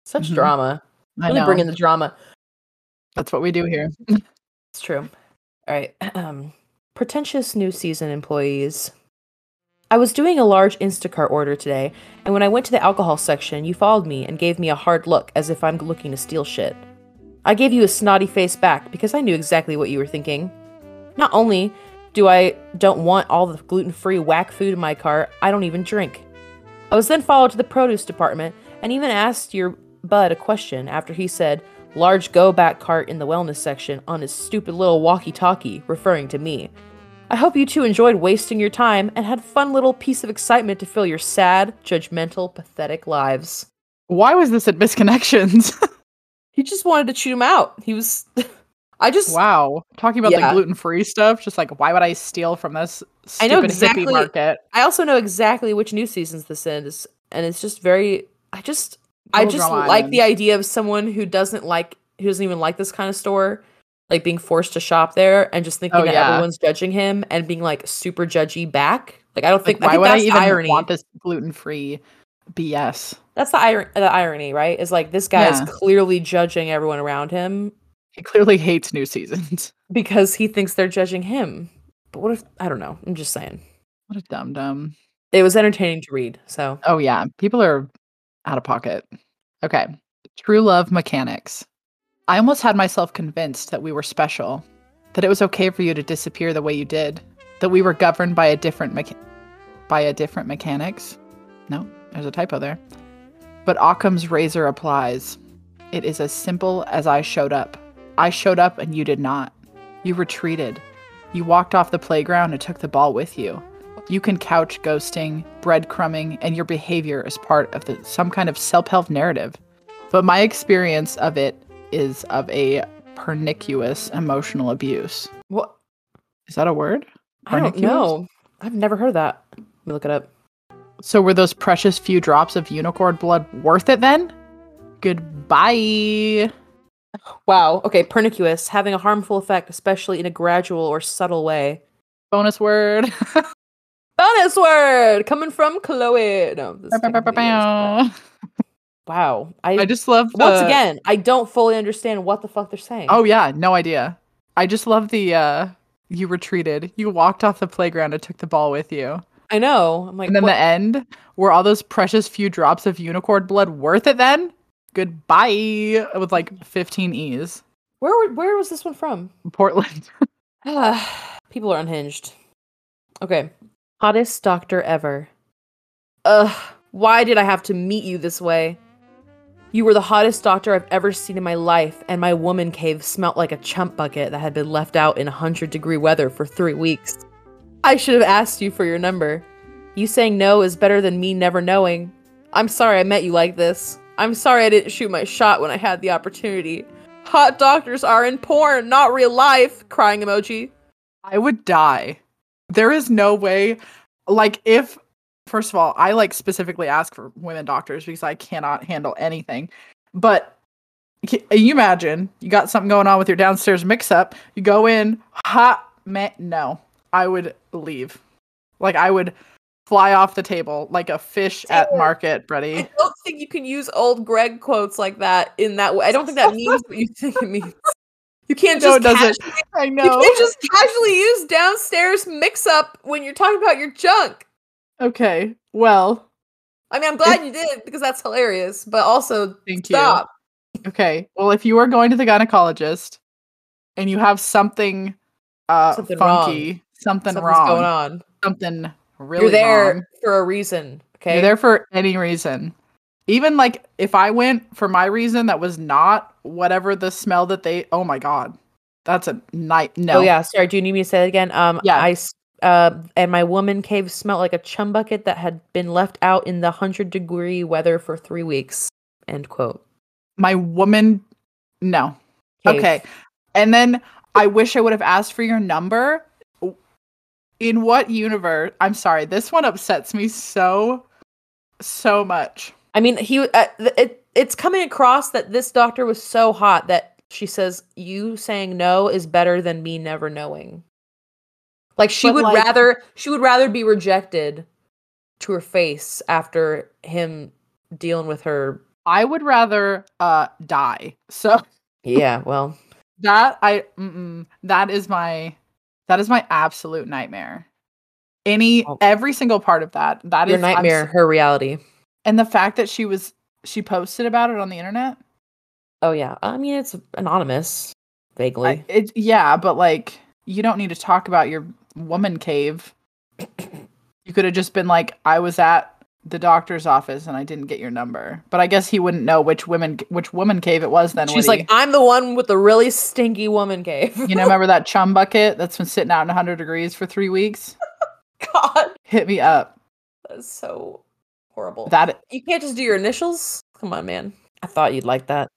[SPEAKER 2] such
[SPEAKER 1] Mhm.
[SPEAKER 2] drama.
[SPEAKER 1] i
[SPEAKER 2] really
[SPEAKER 1] know
[SPEAKER 2] bringing the drama.
[SPEAKER 1] that's what we do here
[SPEAKER 2] It's true. All right. [clears throat] Um, pretentious new season employees. I was doing a large Instacart order today, and when I went to the alcohol section, you followed me and gave me a hard look as if I'm looking to steal shit. I gave you a snotty face back because I knew exactly what you were thinking. Not only do I don't want all the gluten-free whack food in my cart, I don't even drink. I was then followed to the produce department and even asked your bud a question after he said, large go back cart in the wellness section on his stupid little walkie talkie, referring to me. I hope you two enjoyed wasting your time and had fun little piece of excitement to fill your sad, judgmental, pathetic lives.
[SPEAKER 1] why was this at misconnections
[SPEAKER 2] He just wanted to shoot him out. He was. [laughs] I just.
[SPEAKER 1] Wow. Talking about
[SPEAKER 2] Yeah.
[SPEAKER 1] the gluten free stuff, just like why would I steal from this
[SPEAKER 2] I
[SPEAKER 1] stupid
[SPEAKER 2] know
[SPEAKER 1] hippie
[SPEAKER 2] exactly-
[SPEAKER 1] market?
[SPEAKER 2] I also know exactly which new seasons this is, and it's just very. I just. I
[SPEAKER 1] Little
[SPEAKER 2] just
[SPEAKER 1] Drama
[SPEAKER 2] like
[SPEAKER 1] Island.
[SPEAKER 2] the idea of someone who doesn't like who doesn't even like this kind of store, like being forced to shop there and just thinking
[SPEAKER 1] Oh,
[SPEAKER 2] that
[SPEAKER 1] yeah.
[SPEAKER 2] everyone's judging him and being like super judgy back. Like I don't
[SPEAKER 1] Like,
[SPEAKER 2] think
[SPEAKER 1] why
[SPEAKER 2] I think
[SPEAKER 1] would I
[SPEAKER 2] that's
[SPEAKER 1] even
[SPEAKER 2] the irony.
[SPEAKER 1] want this gluten free BS?
[SPEAKER 2] That's the irony. The irony, right? Is like this guy
[SPEAKER 1] Yeah.
[SPEAKER 2] is clearly judging everyone around him
[SPEAKER 1] He clearly hates new seasons. [laughs]
[SPEAKER 2] because he thinks they're judging him. But what if I don't know? I'm just saying
[SPEAKER 1] What a dum dum.
[SPEAKER 2] it was entertaining to read. So
[SPEAKER 1] Oh yeah. People are out of pocket. Okay. True love mechanics. I almost had myself convinced that we were special, that it was okay for you to disappear the way you did, that we were governed by a different mecha- by a different mechanics. No, there's a typo there. But Occam's razor applies. It is as simple as I showed up. I showed up and you did not. You retreated. You walked off the playground and took the ball with you. You can couch ghosting, breadcrumbing, and your behavior as part of the, some kind of self-help narrative. But my experience of it is of a pernicious emotional abuse.
[SPEAKER 2] what?
[SPEAKER 1] Is that a word?
[SPEAKER 2] I don't
[SPEAKER 1] Barnicules?
[SPEAKER 2] know. I've never heard of that. Let me look it up.
[SPEAKER 1] So were those precious few drops of unicorn blood worth it then? Goodbye.
[SPEAKER 2] Wow. Okay. Pernicious, having a harmful effect, especially in a gradual or subtle way.
[SPEAKER 1] Bonus word. [laughs]
[SPEAKER 2] Bonus word coming from Chloe. No, this is technically yours,
[SPEAKER 1] I
[SPEAKER 2] but- wow. I,
[SPEAKER 1] just love the,
[SPEAKER 2] once again, I don't fully understand what the fuck they're saying.
[SPEAKER 1] Oh yeah, no idea. I just love the uh you retreated. You walked off the playground and took the ball with you.
[SPEAKER 2] I know. I'm like,
[SPEAKER 1] And then
[SPEAKER 2] what-
[SPEAKER 1] the end, were all those precious few drops of unicorn blood worth it then? Goodbye. With like 15 E's.
[SPEAKER 2] Where were- where was this one from?
[SPEAKER 1] Portland.
[SPEAKER 2] [sighs] People are unhinged. Okay. Hottest doctor ever. Ugh, why did I have to meet you this way? You were the hottest doctor I've ever seen in my life, and my woman cave smelt like a chump bucket that had been left out in 100 degree weather for three weeks. I should have asked you for your number. You saying no is better than me never knowing. I'm sorry I met you like this. I'm sorry I didn't shoot my shot when I had the opportunity. Hot doctors are in porn, not real life. Crying emoji.
[SPEAKER 1] I would die. There is no way. Like, if, first of all, I like specifically ask for women doctors because I cannot handle anything. But c- you imagine you got something going on with your downstairs mix up. You go in, hot, meh, no. I would leave. Like, I would fly off the table like a fish at market, Brady.
[SPEAKER 2] [laughs] don't think you can use old Greg quotes like that in that way. I don't think that means what you think it means.
[SPEAKER 1] [laughs]
[SPEAKER 2] You can't
[SPEAKER 1] No,
[SPEAKER 2] just
[SPEAKER 1] it doesn't.
[SPEAKER 2] casually-
[SPEAKER 1] [laughs] I
[SPEAKER 2] you can't just casually use downstairs mix up when you're talking about your junk.
[SPEAKER 1] Okay. Well,
[SPEAKER 2] I mean, I'm glad you did because that's hilarious, but also
[SPEAKER 1] thank you.
[SPEAKER 2] stop.
[SPEAKER 1] Okay. Well, if you are going to the gynecologist and you have something uh
[SPEAKER 2] Something wrong.
[SPEAKER 1] funky, something
[SPEAKER 2] Something's
[SPEAKER 1] wrong,
[SPEAKER 2] going on.
[SPEAKER 1] something really
[SPEAKER 2] you're there
[SPEAKER 1] wrong,
[SPEAKER 2] for a reason. Okay.
[SPEAKER 1] you're there for any reason. Even like if I went for my reason that was not whatever the smell that they oh my god. That's a night no.
[SPEAKER 2] Oh yeah, sorry. Do you need me to say that again? Um,
[SPEAKER 1] Yeah.
[SPEAKER 2] I s- uh, and my woman cave smelled like a chum bucket that had been left out in the hundred degree weather for three weeks. End quote.
[SPEAKER 1] My woman no.
[SPEAKER 2] Cave.
[SPEAKER 1] Okay. And then I wish I would have asked for your number. In what universe? I'm sorry. This one upsets me so, so much.
[SPEAKER 2] I mean, he. Uh, th- it, it's coming across that this doctor was so hot that she says you saying no is better than me never knowing. Like she
[SPEAKER 1] But,
[SPEAKER 2] would
[SPEAKER 1] like-
[SPEAKER 2] rather she would rather be rejected to her face after him dealing with her.
[SPEAKER 1] I would rather uh die. So [laughs]
[SPEAKER 2] Yeah. Well.
[SPEAKER 1] that I mm-mm, that is my that is my absolute nightmare. Any
[SPEAKER 2] Oh.
[SPEAKER 1] every single part of that. That is
[SPEAKER 2] Your
[SPEAKER 1] I'm
[SPEAKER 2] nightmare,
[SPEAKER 1] s-
[SPEAKER 2] her reality.
[SPEAKER 1] and the fact that she was she posted about it on the internet.
[SPEAKER 2] Oh yeah. I mean it's anonymous, vaguely.
[SPEAKER 1] I- it, yeah, but like you don't need to talk about your woman cave. you could have just been like, I was at the doctor's office and I didn't get your number. But I guess he wouldn't know which women which woman cave it was then. would
[SPEAKER 2] She's like, I'm the one with the really stinky woman cave. [laughs]
[SPEAKER 1] he? you know, remember that chum bucket that's been sitting out in 100 degrees for three weeks?
[SPEAKER 2] God,
[SPEAKER 1] Hit me up.
[SPEAKER 2] that's so horrible.
[SPEAKER 1] That
[SPEAKER 2] you can't just do your initials. Come on, man. I thought you'd like that.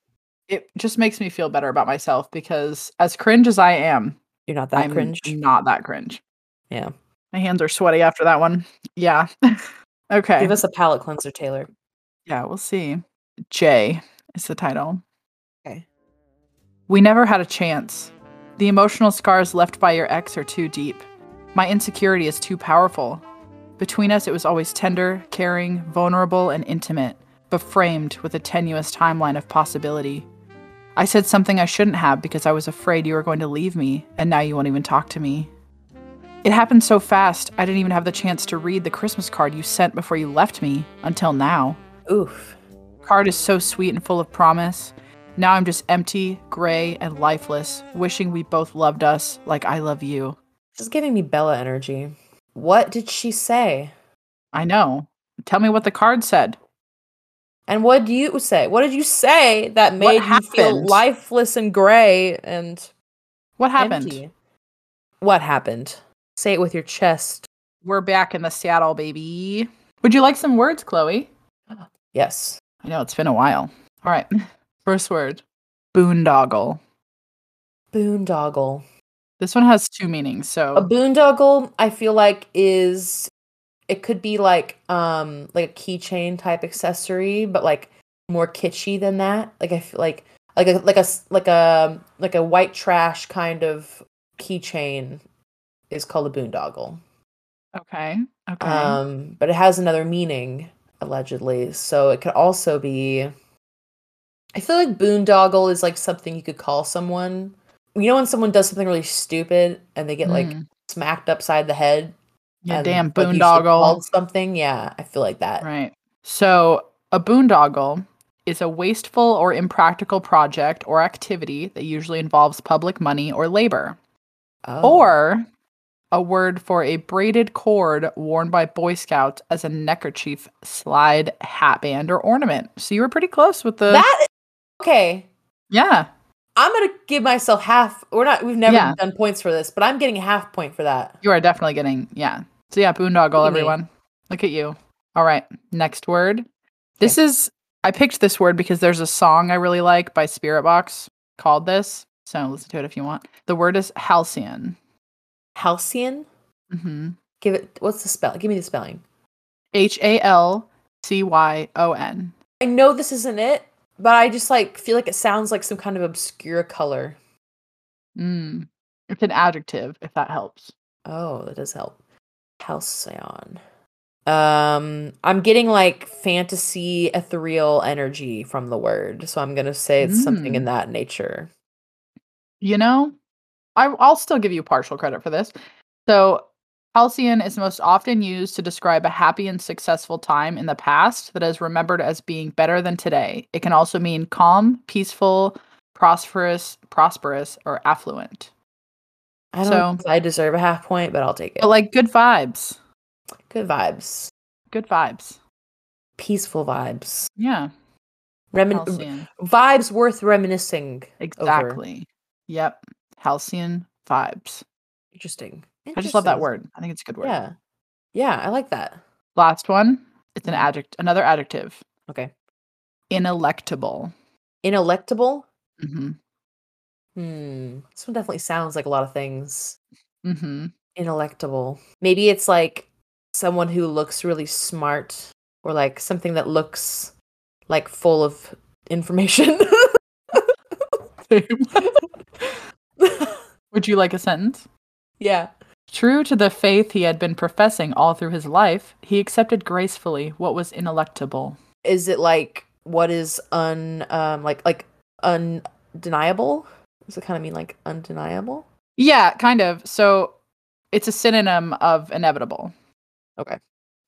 [SPEAKER 1] it just makes me feel better about myself because as cringe as I am,
[SPEAKER 2] You're not that
[SPEAKER 1] I'm
[SPEAKER 2] cringe.
[SPEAKER 1] not that cringe.
[SPEAKER 2] Yeah.
[SPEAKER 1] My hands are sweaty after that one. Yeah. [laughs] okay.
[SPEAKER 2] Give us a palate cleanser, Taylor.
[SPEAKER 1] Yeah, we'll see. J is the title.
[SPEAKER 2] Okay.
[SPEAKER 1] We never had a chance. The emotional scars left by your ex are too deep. My insecurity is too powerful. Between us, it was always tender, caring, vulnerable, and intimate, but framed with a tenuous timeline of possibility. I said something I shouldn't have because I was afraid you were going to leave me, and now you won't even talk to me. It happened so fast, I didn't even have the chance to read the Christmas card you sent before you left me until now
[SPEAKER 2] Oof.
[SPEAKER 1] card is so sweet and full of promise. Now I'm just empty, gray, and lifeless, wishing we both loved us like I love you.
[SPEAKER 2] She's giving me Bella energy. What did she say?
[SPEAKER 1] I know. Tell me what the card said.
[SPEAKER 2] And what did you say? What did you say that made you feel
[SPEAKER 1] happened?
[SPEAKER 2] lifeless and gray and
[SPEAKER 1] What happened?
[SPEAKER 2] empty? What happened? Say it with your chest.
[SPEAKER 1] We're back in the Seattle, baby. Would you like some words, Chloe?
[SPEAKER 2] Yes.
[SPEAKER 1] I know it's been a while. All right. [laughs] First word boondoggle.
[SPEAKER 2] Boondoggle.
[SPEAKER 1] This one has two meanings. So,
[SPEAKER 2] A boondoggle, I feel like is it could be like um like a keychain type accessory, but like more kitschy than that. Like I feel like like a like a s- like a like a white trash kind of keychain is called a boondoggle.
[SPEAKER 1] okay. Okay.
[SPEAKER 2] Um, but it has another meaning allegedly. So it could also be. I feel like boondoggle is like something you could call someone. You know when someone does something really stupid and they get like
[SPEAKER 1] Mm.
[SPEAKER 2] smacked upside the head.
[SPEAKER 1] yeah,
[SPEAKER 2] and,
[SPEAKER 1] damn
[SPEAKER 2] like, you should
[SPEAKER 1] boondoggle.
[SPEAKER 2] called something. Yeah, I feel like that.
[SPEAKER 1] Right. So a boondoggle is a wasteful or impractical project or activity that usually involves public money or labor,
[SPEAKER 2] Oh.
[SPEAKER 1] or a word for a braided cord worn by Boy Scouts as a neckerchief, slide, hat band, or ornament. So you were pretty close with the
[SPEAKER 2] that. Is, okay,
[SPEAKER 1] yeah.
[SPEAKER 2] I'm gonna give myself half. We're not. We've never
[SPEAKER 1] Yeah.
[SPEAKER 2] done points for this, but I'm getting a half point for that.
[SPEAKER 1] You are definitely getting yeah. So yeah, boondoggle,
[SPEAKER 2] Look at me.
[SPEAKER 1] everyone. Look at you. All right. Next word. This is I picked this word because there's a song I really like by Spirit Box called this. So listen to it if you want. The word is halcyon.
[SPEAKER 2] Halcyon.
[SPEAKER 1] hmm
[SPEAKER 2] Give it. What's the spell? Give me the spelling.
[SPEAKER 1] H A L C Y O N.
[SPEAKER 2] I know this isn't it, but I just like feel like it sounds like some kind of obscure color.
[SPEAKER 1] Mm. It's an adjective, if that helps.
[SPEAKER 2] Oh, that does help. Halcyon. Um, I'm getting like fantasy, ethereal energy from the word, so I'm gonna say it's something
[SPEAKER 1] Mm.
[SPEAKER 2] in that nature.
[SPEAKER 1] You know, I, I'll still give you partial credit for this. So, halcyon is most often used to describe a happy and successful time in the past that is remembered as being better than today. It can also mean calm, peaceful, prosperous, prosperous, or affluent.
[SPEAKER 2] I don't
[SPEAKER 1] So-
[SPEAKER 2] know if I deserve a half point, but I'll take it.
[SPEAKER 1] But like good vibes,
[SPEAKER 2] Good vibes,
[SPEAKER 1] good vibes.
[SPEAKER 2] peaceful vibes,
[SPEAKER 1] Yeah,
[SPEAKER 2] [laughs] Remin-
[SPEAKER 1] halcyon.
[SPEAKER 2] vibes worth reminiscing.
[SPEAKER 1] Exactly. Yep. Halcyon vibes.
[SPEAKER 2] Interesting.
[SPEAKER 1] I just love that
[SPEAKER 2] Interesting.
[SPEAKER 1] word. I think it's a good word.
[SPEAKER 2] Yeah, yeah, I like that.
[SPEAKER 1] Last one. It's an
[SPEAKER 2] Mhm.
[SPEAKER 1] adject another adjective.
[SPEAKER 2] Okay,
[SPEAKER 1] Inelectable.
[SPEAKER 2] inelectable.
[SPEAKER 1] hmm
[SPEAKER 2] Hmm, this one definitely sounds like a lot of things.
[SPEAKER 1] hmm
[SPEAKER 2] Inelectable. Maybe it's like someone who looks really smart, or like something that looks like full of information. [laughs]
[SPEAKER 1] Would you like a sentence?
[SPEAKER 2] yeah.
[SPEAKER 1] True to the faith he had been professing all through his life, he accepted gracefully what was inelectable.
[SPEAKER 2] Is it like what is un um like like undeniable? Does it kind of mean like undeniable?
[SPEAKER 1] Yeah, kind of. So it's a synonym of inevitable.
[SPEAKER 2] Okay.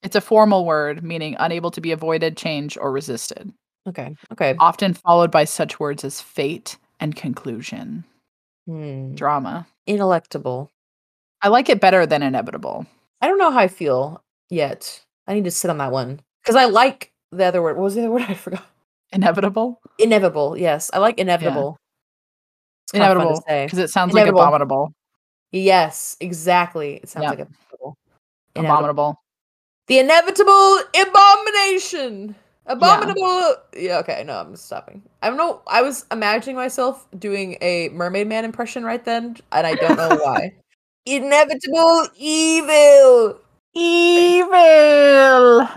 [SPEAKER 1] It's a formal word meaning unable to be avoided, changed, or resisted,
[SPEAKER 2] Okay. Okay.
[SPEAKER 1] often followed by such words as fate and conclusion.
[SPEAKER 2] Hmm.
[SPEAKER 1] Drama.
[SPEAKER 2] Inelectable.
[SPEAKER 1] I like it better than inevitable.
[SPEAKER 2] I don't know how I feel yet. I need to sit on that one because I like the other word. What was the other [laughs] word? I forgot.
[SPEAKER 1] Inevitable?
[SPEAKER 2] Inevitable. Yes, I like inevitable. It's kinda fun to
[SPEAKER 1] Inevitable.
[SPEAKER 2] say.
[SPEAKER 1] Because it sounds
[SPEAKER 2] Inevitable.
[SPEAKER 1] like abominable.
[SPEAKER 2] Yes, exactly. It sounds
[SPEAKER 1] Yep.
[SPEAKER 2] like inevitable. Inevitable.
[SPEAKER 1] Abominable.
[SPEAKER 2] The inevitable abomination. Abominable. Yeah. Okay. No, I'm stopping. I don't know. I was imagining myself doing a mermaid man impression right then, and I don't know why. inevitable evil.
[SPEAKER 1] Evil.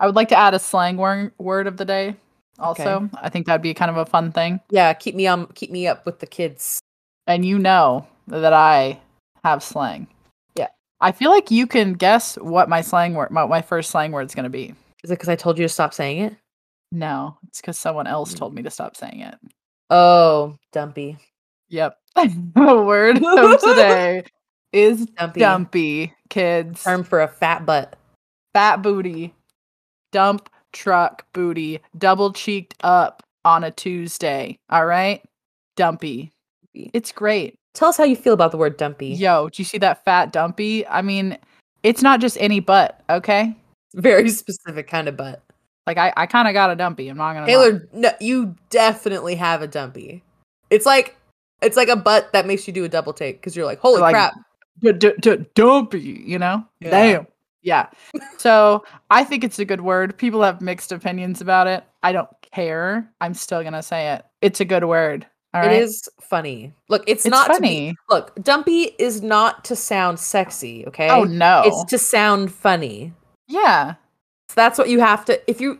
[SPEAKER 1] I would like to add a slang wor- word of the day. Also, I think that'd be kind of a fun thing.
[SPEAKER 2] Yeah. Keep me um. Keep me up with the kids.
[SPEAKER 1] And you know that I have slang.
[SPEAKER 2] Yeah.
[SPEAKER 1] I feel like you can guess what my slang word, my, my first slang word's going to be.
[SPEAKER 2] Is it because I told you to stop saying it?
[SPEAKER 1] No, it's because someone else
[SPEAKER 2] Mm.
[SPEAKER 1] told me to stop saying it.
[SPEAKER 2] Oh, dumpy.
[SPEAKER 1] Yep. [laughs] the word of today is
[SPEAKER 2] Dumpy.
[SPEAKER 1] dumpy, kids.
[SPEAKER 2] Term for a fat butt.
[SPEAKER 1] fat booty, dump truck booty, double cheeked up on a Tuesday. All right, dumpy.
[SPEAKER 2] Dumpy.
[SPEAKER 1] It's great.
[SPEAKER 2] Tell us how you feel about the word dumpy.
[SPEAKER 1] Yo, do you see that fat dumpy? I mean, it's not just any butt, okay?
[SPEAKER 2] Very [laughs] specific kind of butt.
[SPEAKER 1] Like I, I kind of got a dumpy. I'm not gonna. lie.
[SPEAKER 2] Taylor, no, you definitely have a dumpy. It's like it's like a butt that makes you do a double take because you're like, holy
[SPEAKER 1] Like-
[SPEAKER 2] crap.
[SPEAKER 1] D- d- d- dumpy, you know?
[SPEAKER 2] Yeah.
[SPEAKER 1] Damn. Yeah. So I think it's a good word. People have mixed opinions about it. I don't care. I'm still gonna say it. It's a good word. All
[SPEAKER 2] It
[SPEAKER 1] right.
[SPEAKER 2] is funny. Look, it's,
[SPEAKER 1] It's
[SPEAKER 2] not to be-
[SPEAKER 1] funny.
[SPEAKER 2] look, dumpy is not to sound sexy, okay?
[SPEAKER 1] oh no.
[SPEAKER 2] It's to sound funny.
[SPEAKER 1] yeah.
[SPEAKER 2] So that's what you have to if you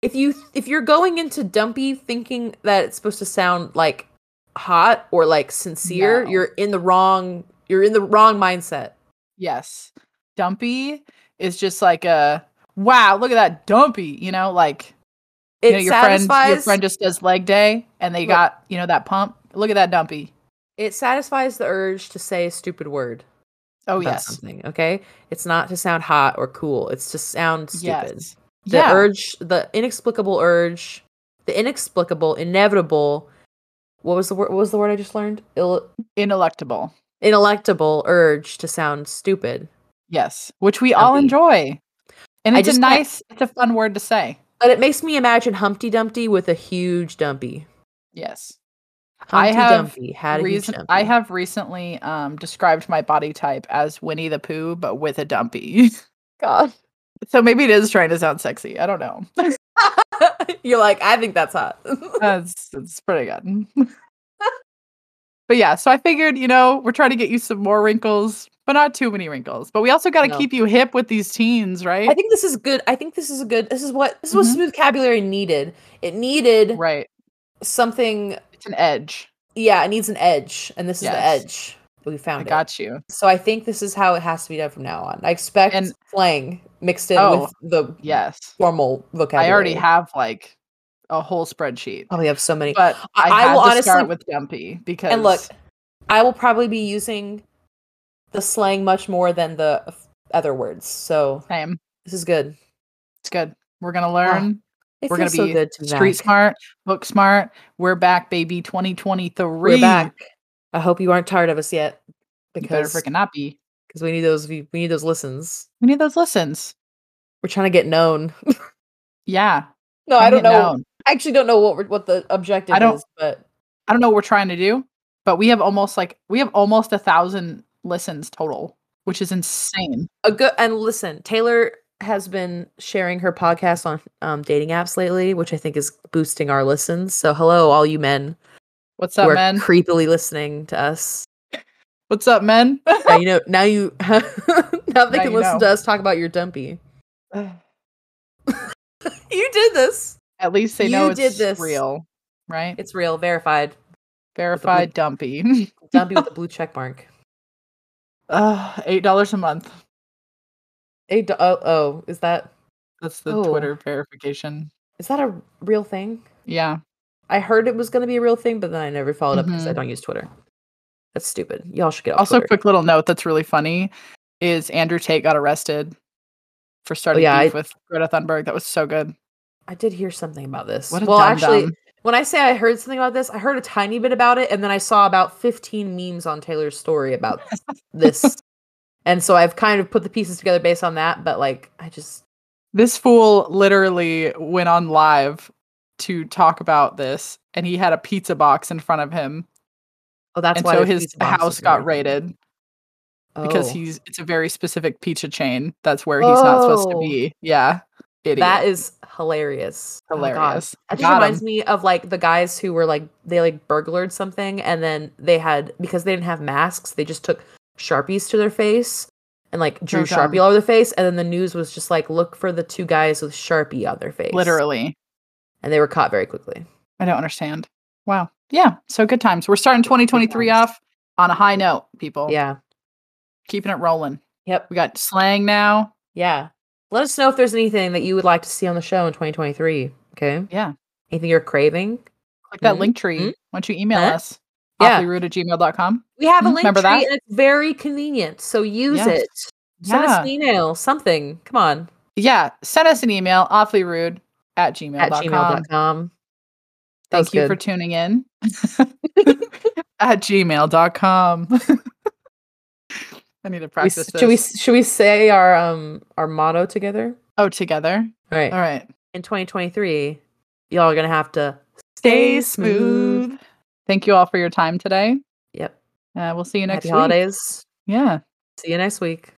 [SPEAKER 2] if you if you're going into dumpy thinking that it's supposed to sound like hot or like sincere,
[SPEAKER 1] No.
[SPEAKER 2] you're in the wrong you're in the wrong mindset.
[SPEAKER 1] Yes. Dumpy is just like a wow, look at that dumpy, you know, like
[SPEAKER 2] It
[SPEAKER 1] you know, your
[SPEAKER 2] satisfies
[SPEAKER 1] friend your friend just does leg day and they
[SPEAKER 2] Look.
[SPEAKER 1] got, you know, that pump. Look at that dumpy.
[SPEAKER 2] it satisfies the urge to say a stupid word.
[SPEAKER 1] Oh
[SPEAKER 2] about
[SPEAKER 1] yes.
[SPEAKER 2] something. Okay, it's not to sound hot or cool. It's to sound stupid.
[SPEAKER 1] Yes.
[SPEAKER 2] The
[SPEAKER 1] yeah.
[SPEAKER 2] urge, the inexplicable urge, the inexplicable, inevitable. What was the word? What was the word I just learned? Ill-
[SPEAKER 1] Ineluctable.
[SPEAKER 2] ineluctable urge to sound stupid.
[SPEAKER 1] Yes. Which we all
[SPEAKER 2] Dumpy.
[SPEAKER 1] enjoy. And
[SPEAKER 2] I
[SPEAKER 1] it's a
[SPEAKER 2] just can't-
[SPEAKER 1] nice, it's a fun word to say.
[SPEAKER 2] But it makes me imagine Humpty Dumpty with a huge dumpy.
[SPEAKER 1] Yes. I
[SPEAKER 2] Humpty
[SPEAKER 1] have
[SPEAKER 2] Dumpty had a huge
[SPEAKER 1] Reason-
[SPEAKER 2] dumpy.
[SPEAKER 1] I have recently um, described my body type as Winnie the Pooh, but with a dumpy.
[SPEAKER 2] [laughs]
[SPEAKER 1] [laughs]
[SPEAKER 2] God.
[SPEAKER 1] so maybe it is trying to sound sexy. I don't know.
[SPEAKER 2] You're like, I think that's hot. [laughs]
[SPEAKER 1] That's it's pretty good. but yeah, so I figured, you know, we're trying to get you some more wrinkles, but not too many wrinkles. But we also got to
[SPEAKER 2] No.
[SPEAKER 1] keep you hip with these teens, right?
[SPEAKER 2] I think this is good. I think this is a good. This is what this is what
[SPEAKER 1] Mhm.
[SPEAKER 2] smooth vocabulary needed. It needed
[SPEAKER 1] right.
[SPEAKER 2] something
[SPEAKER 1] It's an edge.
[SPEAKER 2] yeah it needs an edge and this
[SPEAKER 1] Yes.
[SPEAKER 2] is the edge we
[SPEAKER 1] I
[SPEAKER 2] found it
[SPEAKER 1] got you.
[SPEAKER 2] so i think this is how it has to be done from now on i expect
[SPEAKER 1] And-
[SPEAKER 2] slang mixed in
[SPEAKER 1] Oh.
[SPEAKER 2] with the
[SPEAKER 1] Yes.
[SPEAKER 2] formal vocabulary.
[SPEAKER 1] I already have like a whole spreadsheet.
[SPEAKER 2] Probably have so many.
[SPEAKER 1] But I,
[SPEAKER 2] I- I
[SPEAKER 1] had
[SPEAKER 2] will
[SPEAKER 1] to
[SPEAKER 2] honestly-
[SPEAKER 1] start with Dumpy because
[SPEAKER 2] and look, I will probably be using the slang much more than the f- other words. So
[SPEAKER 1] same.
[SPEAKER 2] this is good.
[SPEAKER 1] It's good. We're gonna learn.
[SPEAKER 2] It
[SPEAKER 1] We're
[SPEAKER 2] feels
[SPEAKER 1] gonna
[SPEAKER 2] so
[SPEAKER 1] be
[SPEAKER 2] good to be
[SPEAKER 1] Street
[SPEAKER 2] back.
[SPEAKER 1] smart, book smart. We're back, baby. Twenty twenty three.
[SPEAKER 2] We're back. I hope you aren't tired of us yet,
[SPEAKER 1] You better
[SPEAKER 2] because
[SPEAKER 1] freaking not be.
[SPEAKER 2] because we need those we we need those listens.
[SPEAKER 1] We need those listens.
[SPEAKER 2] We're trying to get known.
[SPEAKER 1] Yeah.
[SPEAKER 2] no, I
[SPEAKER 1] trying to
[SPEAKER 2] don't
[SPEAKER 1] get
[SPEAKER 2] know.
[SPEAKER 1] known.
[SPEAKER 2] I actually don't know what we're, what the objective
[SPEAKER 1] I don't-
[SPEAKER 2] is, but
[SPEAKER 1] I don't know what we're trying to do, but we have almost like we have almost a thousand listens total, which is insane.
[SPEAKER 2] a good and listen. Taylor has been sharing her podcast on um, dating apps lately, which I think is boosting our listens. So hello, all you men
[SPEAKER 1] What's
[SPEAKER 2] who
[SPEAKER 1] up,
[SPEAKER 2] are
[SPEAKER 1] men?
[SPEAKER 2] creepily listening to us.
[SPEAKER 1] What's up,
[SPEAKER 2] [sighs]
[SPEAKER 1] men? [laughs]
[SPEAKER 2] now you know. Now you [laughs] now they
[SPEAKER 1] Now
[SPEAKER 2] can
[SPEAKER 1] you
[SPEAKER 2] listen
[SPEAKER 1] know.
[SPEAKER 2] to us talk about your dumpy. You did this.
[SPEAKER 1] At least they
[SPEAKER 2] You
[SPEAKER 1] know it's
[SPEAKER 2] did this.
[SPEAKER 1] real, right?
[SPEAKER 2] It's real, verified.
[SPEAKER 1] Verified Dumpy. [laughs]
[SPEAKER 2] Dumpy with a blue check mark.
[SPEAKER 1] Uh, eight dollars a month.
[SPEAKER 2] Eight do- oh, oh, is that
[SPEAKER 1] That's the
[SPEAKER 2] Oh.
[SPEAKER 1] Twitter verification.
[SPEAKER 2] is that a real thing?
[SPEAKER 1] Yeah,
[SPEAKER 2] I heard it was going to be a real thing, but then I never followed up because I
[SPEAKER 1] Mhm.
[SPEAKER 2] don't use Twitter. That's stupid. Y'all should get off
[SPEAKER 1] Also,
[SPEAKER 2] Twitter.
[SPEAKER 1] quick little note that's really funny is Andrew Tate got arrested for starting
[SPEAKER 2] yeah, I-
[SPEAKER 1] beef with Greta Thunberg. That was so good.
[SPEAKER 2] I did hear something about this.
[SPEAKER 1] What a
[SPEAKER 2] well,
[SPEAKER 1] dumb
[SPEAKER 2] actually,
[SPEAKER 1] dumb.
[SPEAKER 2] when I say I heard something about this, I heard a tiny bit about it, and then I saw about 15 memes on Taylor's
[SPEAKER 1] [laughs]
[SPEAKER 2] story about this. And so I've kind of put the pieces together based on that, but like I just
[SPEAKER 1] this fool literally went on live to talk about this, and he had a pizza box in front of him,
[SPEAKER 2] oh that's
[SPEAKER 1] and
[SPEAKER 2] why
[SPEAKER 1] so
[SPEAKER 2] there's
[SPEAKER 1] his
[SPEAKER 2] pizza boxes
[SPEAKER 1] house got
[SPEAKER 2] everywhere.
[SPEAKER 1] raided because
[SPEAKER 2] Oh.
[SPEAKER 1] he's it's a very specific pizza chain. That's where he's not supposed to
[SPEAKER 2] Oh.
[SPEAKER 1] be. Yeah, idiot.
[SPEAKER 2] That is hilarious. Oh my God.
[SPEAKER 1] Hilarious.
[SPEAKER 2] That just
[SPEAKER 1] Got 'em.
[SPEAKER 2] reminds me of like the guys who were like they like burglared something and then they had because they didn't have masks, they just took sharpies to their face and like drew
[SPEAKER 1] So dumb.
[SPEAKER 2] sharpie all over their face and then the news was just like look for the two guys with sharpie on their face.
[SPEAKER 1] literally.
[SPEAKER 2] And they were caught very quickly.
[SPEAKER 1] I don't understand. Wow. Yeah. So good times. We're starting 2023
[SPEAKER 2] times.
[SPEAKER 1] off on a high note, people.
[SPEAKER 2] Yeah.
[SPEAKER 1] Keeping it rolling.
[SPEAKER 2] Yep.
[SPEAKER 1] We got slang now.
[SPEAKER 2] Yeah. Let us know if there's anything that you would like to see on the show in 2023. Okay.
[SPEAKER 1] Yeah.
[SPEAKER 2] Anything you're craving?
[SPEAKER 1] Click that
[SPEAKER 2] Mhm.
[SPEAKER 1] link tree.
[SPEAKER 2] Mhm.
[SPEAKER 1] Why don't you email
[SPEAKER 2] Huh?
[SPEAKER 1] us?
[SPEAKER 2] Yeah.
[SPEAKER 1] Awfullyrude at gmail.com.
[SPEAKER 2] We have a
[SPEAKER 1] Mhm,
[SPEAKER 2] link
[SPEAKER 1] remember
[SPEAKER 2] tree
[SPEAKER 1] that?
[SPEAKER 2] and it's very convenient. So use
[SPEAKER 1] Yes.
[SPEAKER 2] it. Send us
[SPEAKER 1] Yeah.
[SPEAKER 2] an email, something. Come on.
[SPEAKER 1] Yeah. Send us an email, awfullyrude at gmail.com.
[SPEAKER 2] At gmail.com. That was
[SPEAKER 1] Thank you for
[SPEAKER 2] good.
[SPEAKER 1] tuning
[SPEAKER 2] [laughs]
[SPEAKER 1] in [laughs] at gmail.com. [laughs] I need to
[SPEAKER 2] We,
[SPEAKER 1] practice
[SPEAKER 2] s-
[SPEAKER 1] this.
[SPEAKER 2] should we s- should we say our um our motto together?
[SPEAKER 1] oh, together.
[SPEAKER 2] All right.
[SPEAKER 1] All right.
[SPEAKER 2] In 2023, y'all are gonna have to
[SPEAKER 1] Thank you all for your time today.
[SPEAKER 2] Yep.
[SPEAKER 1] Uh, we'll see you next
[SPEAKER 2] Happy
[SPEAKER 1] week.
[SPEAKER 2] holidays.
[SPEAKER 1] Yeah.
[SPEAKER 2] See you next week.